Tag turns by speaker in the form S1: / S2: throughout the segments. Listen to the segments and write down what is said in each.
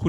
S1: คุ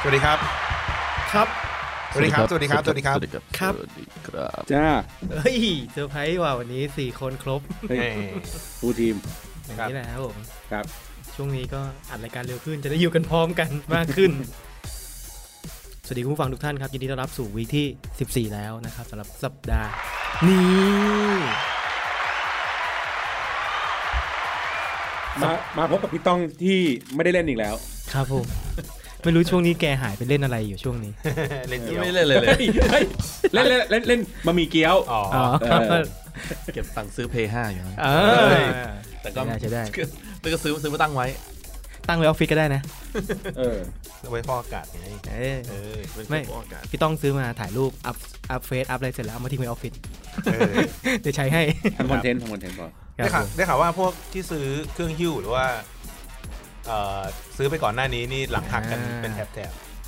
S2: สวัสดีครับ
S3: ครับ
S2: สวัสดีครับ สวัสดีครับ สวัสดีครับ
S3: ครับ
S4: สวัสดีครับ
S5: จ้า
S3: เฮ้ยเซอร์ไพรส์ว่ะวันนี้สี่คนครบ
S5: เฮ้ยฟูลทีม
S3: อย่าง
S2: ครับ
S3: นี้แหละครับผม
S5: ครับ
S3: ช่วงนี้ก็อัดรายการเร็วขึ้นจะได้อยู่กันพร้อมกัน มากขึ้น สวัสดีคุณผู้ฟังทุกท่านครับ ยินดีต้อนรับสู่วีคที่ 14 แล้วนะครับสำหรับสัปดาห์ นี้
S5: มามาพบกับพี่ต้องที่ไม่ได้เล่นอีกแล้ว
S3: ครับผม ไม่รู้ช่วงนี้แกหายไปเล่นอะไรอยู่ช่วงนี้
S2: เล่นเกี่ยว
S4: ไม่เล่นเลยเลย
S5: เฮ้ย เฮ้ยเล่นเล่นเล่นเล่นมามีเกี๊ยว
S2: อ๋อ
S3: อ
S5: เออ
S4: เก็บตังค์ซื้อเพย์ห้าอยู่นะ
S3: เอ
S2: เ
S3: อ
S2: ฮ้ย
S4: แต่ก็
S3: ใช้ได้ใช้ได้
S4: แต่ก็ซื้อซื้อมาตั้งไว้
S3: ตั้งไว้ออฟฟิศก็ได้นะ
S5: เออ
S2: เอาไว้ฟอกอากาศไง
S3: เออ
S2: เออเป็น
S3: ไม่
S2: ฟอกอากาศ
S3: พี่ต้องซื้อมาถ่ายรูปอัพอัพเฟซอัพอะไรเสร็จแล้วเอามาทิ้งไว้ออฟฟิศ
S2: เออ
S3: เดี๋ยวใช้ให้
S5: ทำคอนเทนต์ทำคอนเทนต์ก่อน
S3: ค
S2: ได้
S3: รั
S2: ข่า
S3: บ
S2: ว
S3: ผม
S2: ได้ข่าวว่าพวกที่ซื้อเครื่องหิ้วหรือว่าเอ่อซื้อไปก่อนหน้านี้นี่หลังหักกันเป็นแถบ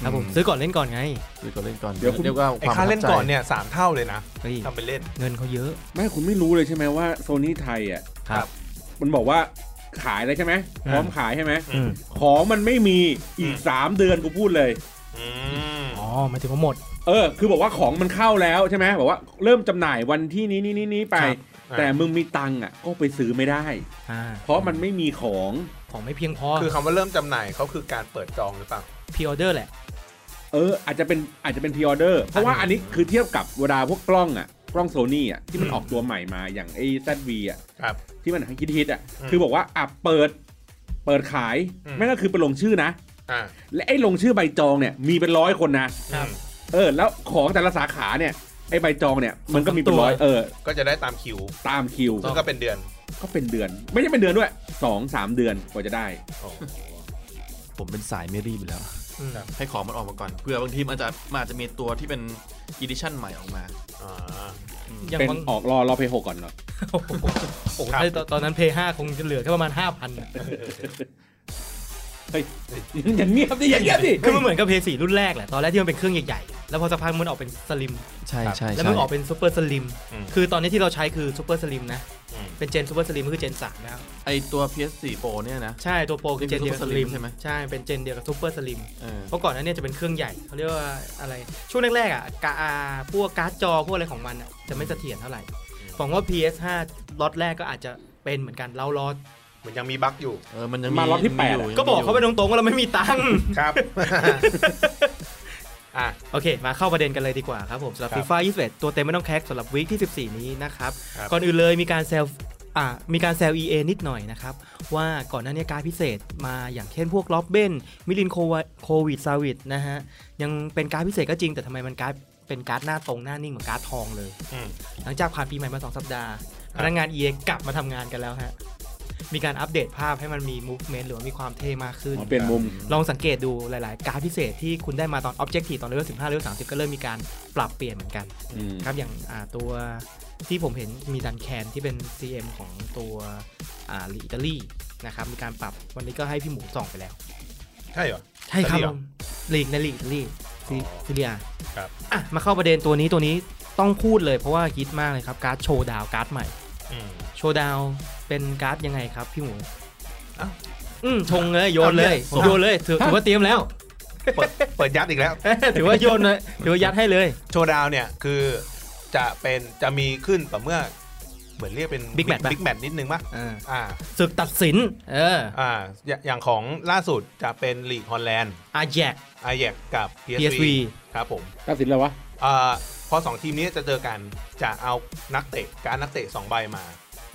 S3: ครับผมซื้อก่อนเล่นก่อนไง
S4: ซื้อก่อนเล่นก่อนเรียกว่า
S2: ๆไอ้
S4: ความ
S2: ค่าเล่นก่อน
S4: ประทับใ
S2: เนี่ยสามเท่าเลยนะ
S3: เฮ้ย
S2: ทำไปเล่น
S3: เงินเขาเยอะ
S5: ไม่คุณไม่รู้เลยใช่ไหมว่าโซนี่ไทยอ่ะ
S2: ครับ
S5: มันบอกว่าขายแล้วใช่ไหมพ
S3: อืม
S5: ร้อมขายใช่ไหม
S3: อืม
S5: ของมันไม่มีอีก 3 เดือนกูพูดเลย
S2: อืม
S3: อ๋อหมายถึงว่าหมด
S5: เออ คือบอกว่าของมันเข้าแล้วใช่ไหมบอกว่าเริ่มจำหน่ายวันที่นี้นี้นี้นี้ไป
S3: ครับ
S5: แต่มึงมีตังค์อ่ะก็ไปซื้อไม่ได้
S3: อ่า
S5: เพราะมันไม่มีของ
S3: ของไม่เพียงพอ
S2: คือคำว่าเริ่มจำหน่ายเขาคือการเปิดจองหรือเปล่า
S3: พรีออเดอร์แหละ
S5: เอออาจจะเป็นอาจจะเป็นพรีออเดอร์เพราะว่าอันนี้คือเทียบกับเวลาพวกกล้องอ่ะกล้องโซนี่อ่ะที่มันออกตัวใหม่มาอย่างไอ้ ZV อ่ะ
S2: ครับ
S5: ที่มันฮิตฮิตๆอ่ะ
S2: อืม
S5: คือบอกว่าอ่ะเปิด เปิดขาย
S2: อืม
S5: ไม่ก็คือไปลงชื่อนะ
S2: อ่า
S5: และไอ้ลงชื่อใบจองเนี่ยมีเป็นร้อยคนนะ
S3: ครับ
S2: อืม
S5: เออ แล้วของแต่ละสาขาเนี่ย ไอ้ใบจองเนี่ย มันก็มีเป็นร้อย เออ
S2: ก็จะได้ตามคิว
S5: ตามคิว
S2: ซึ่งก็เป็นเดือน
S5: ก็เป็นเดือน ไม่ใช่เป็นเดือนด้วยสองสามเดือนกว่าจะได้
S4: จผมเป็นสายไม่รีบอยู่แล้ว
S3: อืม
S2: ครับ
S4: ให้ของมันออกมาก่อนเผื่อบางทีมันอาจจะมันอาจจะมีตัวที่เป็นอีดิชั่นใหม่ออกมา
S2: อ่า
S3: อย่าง
S5: เป็น
S3: บาง
S5: ออกรอรอเพย์หกก่อนเหรอ
S3: โอ้โหโอ้โห
S2: ครับ
S3: ถ้าตอนนั้นเพย์ห้าคงจะเหลือแค่ประมาณห้าพัน
S5: เฮ้ยอย่าเงียบดิอย่าเงียบดิ
S3: คือมันเหมือนกับเพย์สี่รุ่นแรกแหละ ตอนแรกที่มันเป็นเครื่องใหญ่ๆ แล้วพอสักพักมันออกเป็นสลิม
S4: ใช่ใช่
S3: แล้วมันออกเป็นซูเปอร์สลิม
S2: อืม
S3: คือตอนนี้ที่เราใช้คือซูเปอร์สลิมนะ
S2: อืม
S3: เป็นเจนซูเปอร์สลิมก็คือเจนสามแล้ว
S4: ไอตัว PS4 Pro เนี่ยนะ
S3: ใช่ ตัวโปรคือเจนเดียวกับส
S4: Super
S3: ลิม
S4: Slim ใช่ไหม
S3: ใช่ เป็นเจนเดียวกับซูเปอร์สลิม
S4: เออ
S3: เพราะก่อนหนั้นเนี่ยจะเป็นเครื่องใหญ่เขาเรียกว่าอะไรช่วงแรกๆอ่ะกาอ่าพวกการ์ดจอพวกอะไรของมันอ่ะจะไม่เสถียรเท่าไหร่ผมว่า PS5 ล็อตแรกก็อาจจะเป็นเหมือนกันเรารอ
S2: เหมือนยังมีบั๊กอยู่
S4: เออมันยัง
S5: ามล็อตที่
S4: ยัง
S5: แปด
S4: ยู่
S5: อะ
S4: ยัง
S3: ก็บอก
S4: ยู่
S3: เขาไปตรงๆว่าเราไม่มีตังค์
S2: ครับ อ่ะ
S3: โอเค มาเข้าประเด็นกันเลยดีกว่าครับผมสำหรับ
S2: ครับ
S3: FIFA 21 ตัวเต็มไม่ต้องแคกสำหรับวีคที่ 14 นี้นะครับ
S2: ครับ
S3: ก่อนอื่นเลยมีการแซลอ่ามีการแซล EA นิดหน่อยนะครับ ว่าก่อนหน้านี้การดพิเศษมาอย่างเช่นพวกล็อบเบนมิลินโควาโควิดซาวิดนะฮะ ยังเป็นการดพิเศษก็จริงแต่ทำไมมันการดเป็นการ์ดหน้าตรงหน้านิ่งเหมือนการ์ดทองเลย
S2: อืม
S3: หลังจากผ่านปีใหม่มา 2 สัปดาห์
S2: ครั
S3: พ
S2: บ
S3: นักงาน EA กลับมาทำงานกันแล้วฮะมีการอัปเดตภาพให้มันมี movement หรือว่ามีความเท่มากขึ้น
S5: อ๋อเปลี่ยนมุม
S3: ลองสังเกตดูหลาย ๆ การดพิเศษที่คุณได้มาตอน Objective ตอนเลเวล15เลเวล30 ก็เริ่มมีการปรับเปลี่ยนเหมือนกัน
S5: อืม
S3: ครับอย่างอ่าตัวที่ผมเห็นมีดันแคนที่เป็น CM ของตัวอ่าอิตาลีนะครับมีการปรับวันนี้ก็ให้พี่หมูส่องไปแล้ว
S2: ใช่เหรอ
S3: ใช่ครับ
S2: อิตาลีเหร
S3: ผ
S2: อ
S3: มลีกในลีกอิตาลี
S2: อ๋
S3: ซี
S2: อ
S3: ซีเรีย
S2: ครับ
S3: อ่ะมาเข้าประเด็นตัวนี้ตัวนี้ต้องพูดเลยเพราะว่าฮิตมากเลยครับการ์ดโชว์ดาวการ์ดใหม่
S2: อืม
S3: โชว์ดาวเป็นการ์ดยังไงครับพี่หมู
S2: อ้าว
S3: อืมชงเลยโยนเลย
S2: เอาเนี่ย
S3: โยนเลยถือถือว่าเตรียมแล้ว
S2: เปิดเปิดยัดอีกแล้ว
S3: เอ้ย ถือว่าโยนเลยถือว่ายัดให้เลย
S2: โชว์ดาวน์เนี่ยคือจะเป็นจะมีขึ้นแต่เมื่อ เหมือนเรียกเป็น
S3: Big Match ปะ
S2: บิ๊กแมตนิดนึงปะอ่า
S3: ศึกตัดสิน เออ
S2: อ่าอย่าอย่างของล่าสุดจะเป็นลีกฮอลแลนด์
S3: อาแยก
S2: ไอแยกกับ PSV
S3: PSV
S2: ครับผม
S5: ตัดสินแล้ววะ
S2: อ่าพอสองทีมนี้จะเจอกันจะเอานักเตะการดนักเตะสองใบมา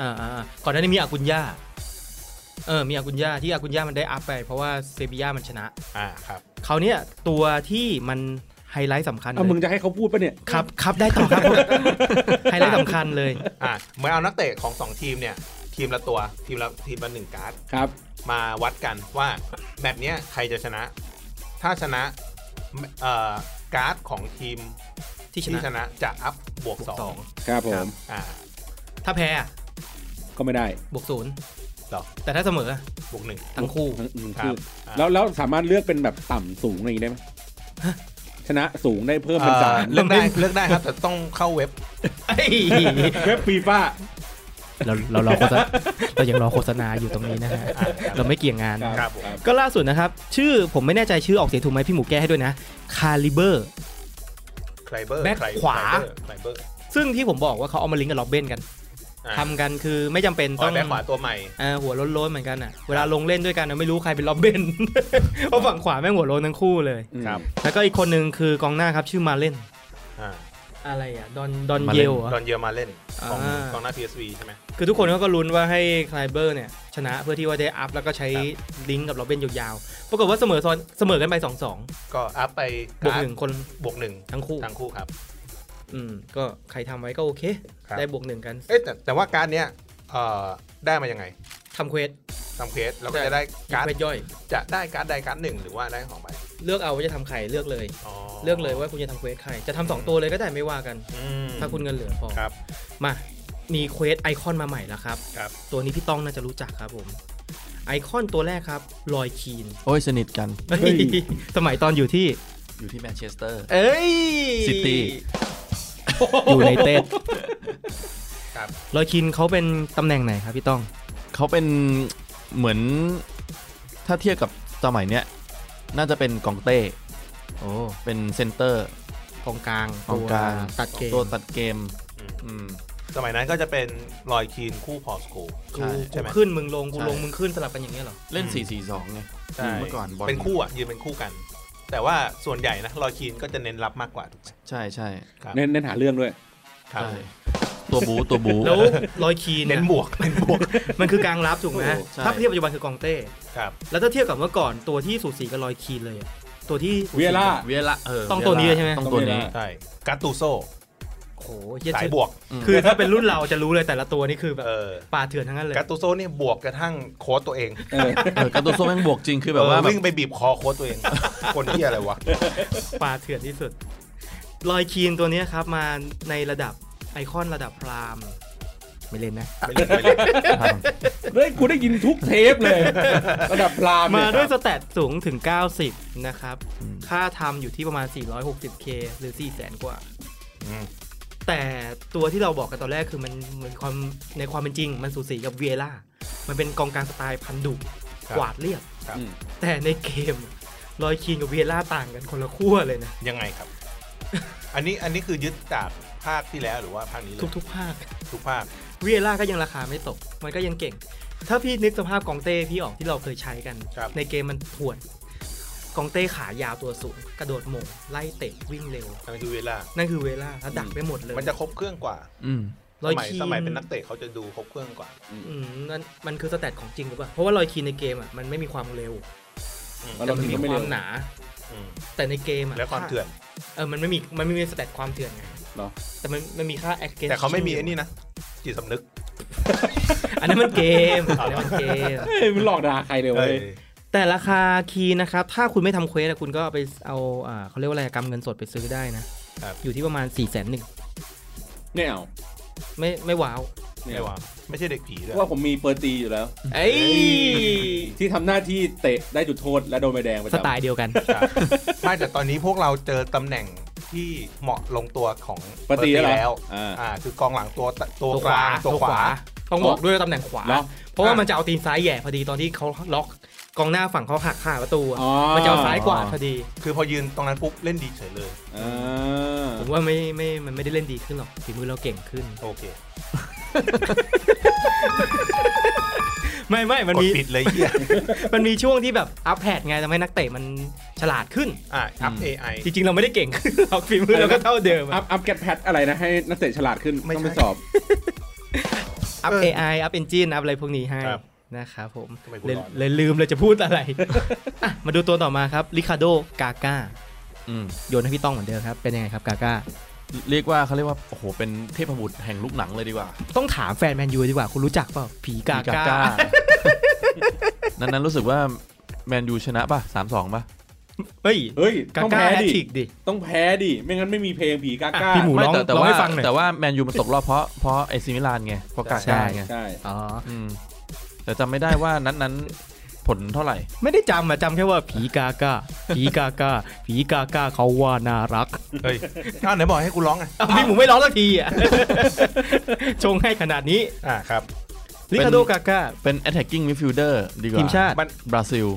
S3: อ่าอ่าอ่าก่อนหน้านี้มีอากุญญาเออมีอากุญญาที่อากุญญามันได้อัพไป เพราะว่าเซบีย่ามันชนะ
S2: อ่าครับ
S3: คราวเนี้ยตัวที่มันไฮไลท์สำคัญเล
S5: เอามึง
S3: ย
S5: จะให้เขาพูดปะเนี่ย
S3: ครับครับได้ต่อครับ ไฮไลท์สำคัญเลย
S2: อ่าเหมือนเอานักเตะของสองทีมเนี่ย ทีมละตัวทีมละทีมละหนึ่งการ์ด
S5: ครับ
S2: มาวัดกันว่าแมตช์เนี้ยใครจะชนะ ถ้าชนะเอ่อการ์ดของทีม
S3: ที่ช
S2: ที่ช
S3: นะ
S2: นะจะอัพบวก
S3: บวก
S2: สอง
S3: สอง
S5: ครับผม
S2: อ่า
S3: ถ้าแพ้อะ
S5: ก็ไม่ได้
S3: บวกศูนย์
S2: หรอ
S3: แต่ถ้าเสมออะ
S2: บวกหนึ่ง
S3: ทั้ง คู่
S5: ทั้งทั้ง
S2: ครับ
S5: คู่
S2: อ่า
S5: แล้วแล้วสามารถเลือกเป็นแบบต่ำสูงอะไรอย่างงี้ได้ไหมชนะสูงได้เพิ่มเป็นสาม
S2: เลือกได้เลือกได้ครับ แต่ต้องเข้าเว็บ
S3: เอ้ย
S5: เว็บฟีฟ่า
S3: เราเรารอโฆษณาเรายังรอโฆษณาอยู่ตรงนี้นะฮะเราไม่เกี่ยงงาน
S2: ครับผม
S3: ก็ล่าสุดนะครับ ชื่อผมไม่แน่ใจชื่อออกเสียงถูกไหมพี่หมูแก้ให้ด้วยนะคาลิเบอร์
S2: ไคลเบอร์
S3: Back ขวา
S2: ไคลเบอร์
S3: ซึ่งที่ผมบอกว่าเขาเอามาลิงก์กับล็อบเบนกันทำกันคือไม่จำเป็น
S2: ต้
S3: ต้
S2: อ
S3: อง ง
S2: แบ็คขวาตัวใหม่
S3: เอ่อหัวโล้นๆเหมือนกันอ่ะเวลาลงเล่นด้วยกันนะไม่รู้ใครเป็นล็อบเบน เพราะฝั่งขวาแม่งหัวโล้นทั้งคู่เลย
S2: ครับ
S3: แล้วก็อีกคนหนึ่งคือกองหน้าครับชื่อมาเล่น
S2: อ่า
S3: อะไรอ่ะ ดอนดอน
S4: มา
S3: เย
S4: เล่น
S3: ลเหรอ
S2: ดอนเยอร์มาเล่นของ
S3: อ่า
S2: ของหน้า PSV ใช่ไหม
S3: คือทุกคนเขาก็ลุ้นว่าให้ไคลเบอร์เนี่ย ชนะเพื่อที่ว่าจะอัพแล้วก็ใช้ลิงก์กับล็อบเบนยาวๆ ปรากฏว่าเสมอซ้อนเสมอกันไป 2-2
S2: ก็อัพไป
S3: บวกหนึ่งคน
S2: บวกหนึ่ง
S3: ทั้งคู่
S2: ทั้งคู่ครับ
S3: อืม ก็ใครทำไว้ก็โอเค
S2: ครับ
S3: ได้บวกหนึ่งกัน
S2: เอ๊ะแต่แต่ว่าการ์ดเนี้ยเอ่อได้มายังไง
S3: ทำเควส
S2: ทำเควสแล้วก็จะได้การ์
S3: เคว
S2: ด
S3: สย่อย
S2: จะได้การ์ดใดการ์ดหนึ่งหรือว่าได้ของไป
S3: เลือกเอาว่าจะทำใครเลือกเลย เลือกเลยว่าคุณจะทำเควสใคร จะทำสองตัวเลยก็ได้ไม่ว่ากัน
S2: อืม
S3: ถ้าคุณเงินเหลือพอ
S2: ครับ
S3: มามีเควสไอคอนมาใหม่แล้วครับ
S2: ครับ
S3: ตัวนี้พี่ต้องน่าจะรู้จักครับผมไอคอนตัวแรกครับลอยคีน
S4: โอ้ยสนิทกัน
S5: เฮ้ย
S3: สมัยตอนอยู่ที่
S4: อยู่ที่แมนเชสเตอร์
S3: เอ้ย
S4: City
S3: อยู่ในเต็ด
S2: ครับ
S3: ลอยคินเขาเป็นตำแหน่งไหนครับพี่ต้อง
S4: เขาเป็นเหมือนถ้าเทียบกับสมัยเนี้ย น่าจะเป็นกองเต้
S3: โอ้
S4: เป็นเซนเตอร์
S3: กองกลาง
S4: กองกลาง
S3: ตัดเกม
S4: ตัวตัดเกม
S2: อืม
S4: อืม
S2: สมัยนั้นก็จะเป็นลอยคีนคู่พอสโก
S3: กู
S4: ใช่
S2: ใช่
S3: กู
S2: ไหม
S3: ขึ้นมึงลงกู
S4: ใช่
S3: ลงมึงขึ้นสลับกันอย่างเงี้ยเหรอ
S4: เล่น
S2: อืม
S4: 4-4-2 ไงเมื่อก่อนบอล
S2: เป็นคู่อ่ะยืนเป็นคู่กัน แต่ว่าส่วนใหญ่นะลอยคีนก็จะเน้นรับมากกว่าถูกไหม
S4: ใช่ใช่
S2: ครับ
S5: เน้นเน้นหาเรื่องด้วย
S2: ครับ
S4: ใช่ตัวบูตัวบู
S3: แล้วลอยคีน
S2: เน้นบวกเน้นบวก
S3: มันคือกลางรับถูกไหม
S4: ใช่
S3: ถ้าเทียบปัจจุบันคือกองเต้
S2: ครับ
S3: แล้วถ้าเทียบกับเมื่อก่อนตัวที่สูสีกับลอยคีนเลยอะตัวที่สูสี
S5: เวียร่า
S4: เวียละเออ
S3: ต้องตัวนี้
S4: เย
S3: ใช่ไหม
S4: ต้องตัวนี้
S2: ใช่กาตูโซ
S3: โอ้โหเหี้ย
S2: สาย
S3: ชื่อบ
S2: วก
S3: คือถ้าเป็นรุ่นเราจะรู้เลยแต่ละตัวนี่คือแบบ
S2: เออ
S3: ป่าเถื่อนทั้งนั้นเลย
S2: กาตูโซเนี่ยบวกกระทั่งโค้ดตัวเอง
S5: เอ อ
S4: เออการะตูนโซ่แม่งบวกจริงคือแบบว่า
S2: เออ
S4: แบบ
S2: วิ่งไปบีบคอโค้ด ตัวเอง คนที่อะไรวะ
S3: ปลาเถื่อนที่สุด ลอยคีนตัวเนี้ยครับ มาในระดับไอคอนระดับพรามไม่เล่นนะ
S2: ไม่เล่นไม่เล่น
S5: เฮ้ยกูได้ยินทุกเทปเลย ระดับพราม
S3: มา
S5: เนี่
S3: ด้วยสแตทสูงถึง 90 นะครับ ค่าทำอยู่ที่ประมาณ 460k หรือ 4 0 0 0 0กว่า
S2: อืม
S3: แต่ตัวที่เราบอกกันตอนแรกคือมันเหมือนความในความเป็นจริง มันสูสีกับเวียร่า มันเป็นกองกลางสไตล์พันดุ
S2: ครับ
S3: กวาดเรียบ
S2: ครับ
S3: แต่ในเกมลอยคีนกับเวียร่าต่างกันคนละขั้วเลยนะ
S2: ยังไงครับ อันนี้อันนี้คือยึดจากภาคที่แล้วหรือว่าภาคนี้เลย
S3: ทุกๆ ภาค
S2: ทุกภาค
S3: เวียร่าก็ยังราคาไม่ตก มันก็ยังเก่ง ถ้าพี่นึกสภาพกองเต้พี่ออกที่เราเคยใช้กัน
S2: ครับ
S3: ในเกมมันถวนกองเต้ขายาวตัวสูง กระโดดหม่งไล่เตะวิ่งเร็ว
S2: อันนี้คือเวลา
S3: นั่นคือเวล่าแล้วดักไปหมดเลย
S2: มันจะครบเครื่องกว่า
S4: อืม
S2: ส
S3: ลอย
S2: มัย
S3: คี
S2: สมัยเป็นนักเตะเขาจะดูครบเครื่องกว่า
S3: อืมนั่นมันคือสแตทของจริงหรือเปล่า เพราะว่าลอยคีนในเกมอ่ะมันไม่มีความเร็ว
S5: แล้ว
S3: แต่
S5: เรา
S3: มัน
S5: ถึง
S3: มี
S5: ก็ไม่
S3: ค
S5: เร็
S3: วาว มหนา
S2: อืม
S3: แต่ในเกมอ่ะ
S2: และความเถื่อน
S3: เออมันไม่มีมันไม่มีสแตทความเถื่อนไง
S5: เหรอ
S3: แต่มันมันมีค่าแอคเกน
S2: แต่เขาไม่มีไอ้นี่นะ จิตสำนึก
S3: อันนั้นมันเกมอันนั้นมันเกม
S5: เฮ้ยมันหลอกด่าใครเลย
S2: เอ
S5: เว้ย
S2: อ
S3: แต่ราคาคีย์นะครับ ถ้าคุณไม่ทำเควสอะคุณก็เอาไปเอาอ่าเขาเรียกว่าอะไรกำเงินสดไปซื้อได้นะ
S2: ครับ
S3: อยู่ที่ประมาณ4ี่แสนหนึ่ง
S5: ไม่เอา
S3: ไม่ไม่ว้าว
S5: ไม่
S2: ไม่
S5: เอา
S2: ว่าไม่ใช่เด็กผีเลย
S5: เพราะว่าผมมีเปอร์ตีอยู่แล้ว
S3: เอ้ย
S5: ที่ทำหน้าที่เตะได้จุดโทษและโดนใบแดงประ
S3: ส
S5: จำ
S3: ไตล์เดียวกัน
S2: ครับไม่แต่ตอนนี้พวกเราเจอตำแหน่งที่เหมาะลงตัวของ
S5: เปอร์ตีแล้วเหรอ
S2: แล้ว
S5: อ่า
S2: อ่า คือกองหลังตัวตัวกลาง
S3: ตั
S2: ตัว ว
S3: ข
S2: ข
S3: วา
S2: วา
S3: ต้องบอกด้วยว่าตำแหน่งขวา
S5: เหรอ
S3: เพราะว่ามันจะเอาตีนซ้ายแหย่พอดีตอนที่เขาล็อกกองหน้าฝั่งเขาหักขาประตูอะ
S5: อ๋อ
S3: มันจะเอาซ้ายกว่าดพอดี
S2: คือพอยืนตรงนั้นปุ๊บเล่นดีเฉยเลย
S5: อ่า
S3: ผมว่าไม่ไม่มันไม่ได้เล่นดีขึ้นหรอกฝีมือเราเก่งขึ้น
S2: โอเค
S3: ไม่ไม่มัน
S2: กด
S3: มี
S2: ปิดเลยเหี้ย
S3: มันมีช่วงที่แบบอัพแพดไงทำให้นักเตะมันฉลาดขึ้น
S2: อ่ะอัพ AI
S3: จริงๆเราไม่ได้เก่งขึ้น หรอกฝีมือเราก็เท่าเดิมอะ
S5: อัพอัพแกตแพทอะไรนะ ให้นักเตะฉลาดขึ้น
S2: ไม่
S5: ต้อง
S2: ใช่
S5: ไปสอบ
S3: อัพ
S2: เออ
S3: AI อัพ Engine อัพอะไรพวกนี้ให้
S2: ครับ
S3: นะครับผม
S2: ทำไมกู
S3: เลย
S2: ร้อน
S3: เลยลืมเลยจะพูด อะไร อ่ะมาดูตัวต่อมาครับริคาโดกาก้า
S4: อืม
S3: โยนให้พี่ต้องเหมือนเดิมครับ เป็นยังไงครับกาก้า
S4: เรียกว่าเขาเรียกว่า โอ้โห เป็นเทพบุตรแห่งลูกหนังเลยดีกว่า
S3: ต้องถามแฟนแมนยูดีกว่า คุณรู้จักเปล่า ผีกา
S4: อี
S3: ก้า
S4: นั้นนั้นรู้สึกว่าแมนยูชนะป่ะสามสองป่ะ
S3: เฮ้ย
S5: เฮ้ย
S3: กา
S5: ต้อง
S3: ก้า
S5: แพ้
S3: แฮต
S5: ดิ
S3: ทริกดิ
S5: ต้องแพ้ดิ ไม่งั้นไม่มีเพลงผีกาก้า
S3: อ่ะพี่หมู
S4: ไม่
S3: ร้อง
S4: แต่แต่
S3: ร้อง
S4: ว่า
S3: ให้ฟังหน่อย
S4: แต่ว่าแมนยูมันตกรอบเพราะเพราะเอซิมิลานไงเพราะกา
S3: ใช่
S4: ก้าไง
S5: ใช่
S3: อ๋อ
S4: อืมแต่จำไม่ได้ว่านั้นนั้นผลเท่าไหร่
S3: ไม่ได้จำอะจำแค่ว่าผีกาก้าผีกาก้าผีกาก้าเขาว่าน่ารัก
S2: เฮ้ยอ้าวไหนบอกให้กูร้องอ่ะ
S3: อ้าวพี่หมูไม่ร้องสักทีอ่ะ ชงให้ขนาดนี้
S2: อ่าครับ
S4: เป็น
S3: ลิคาโดกาก้า
S4: เป็น attacking midfielder ดีกว่า
S3: ทีมชาติ
S2: มัน
S4: บราซิล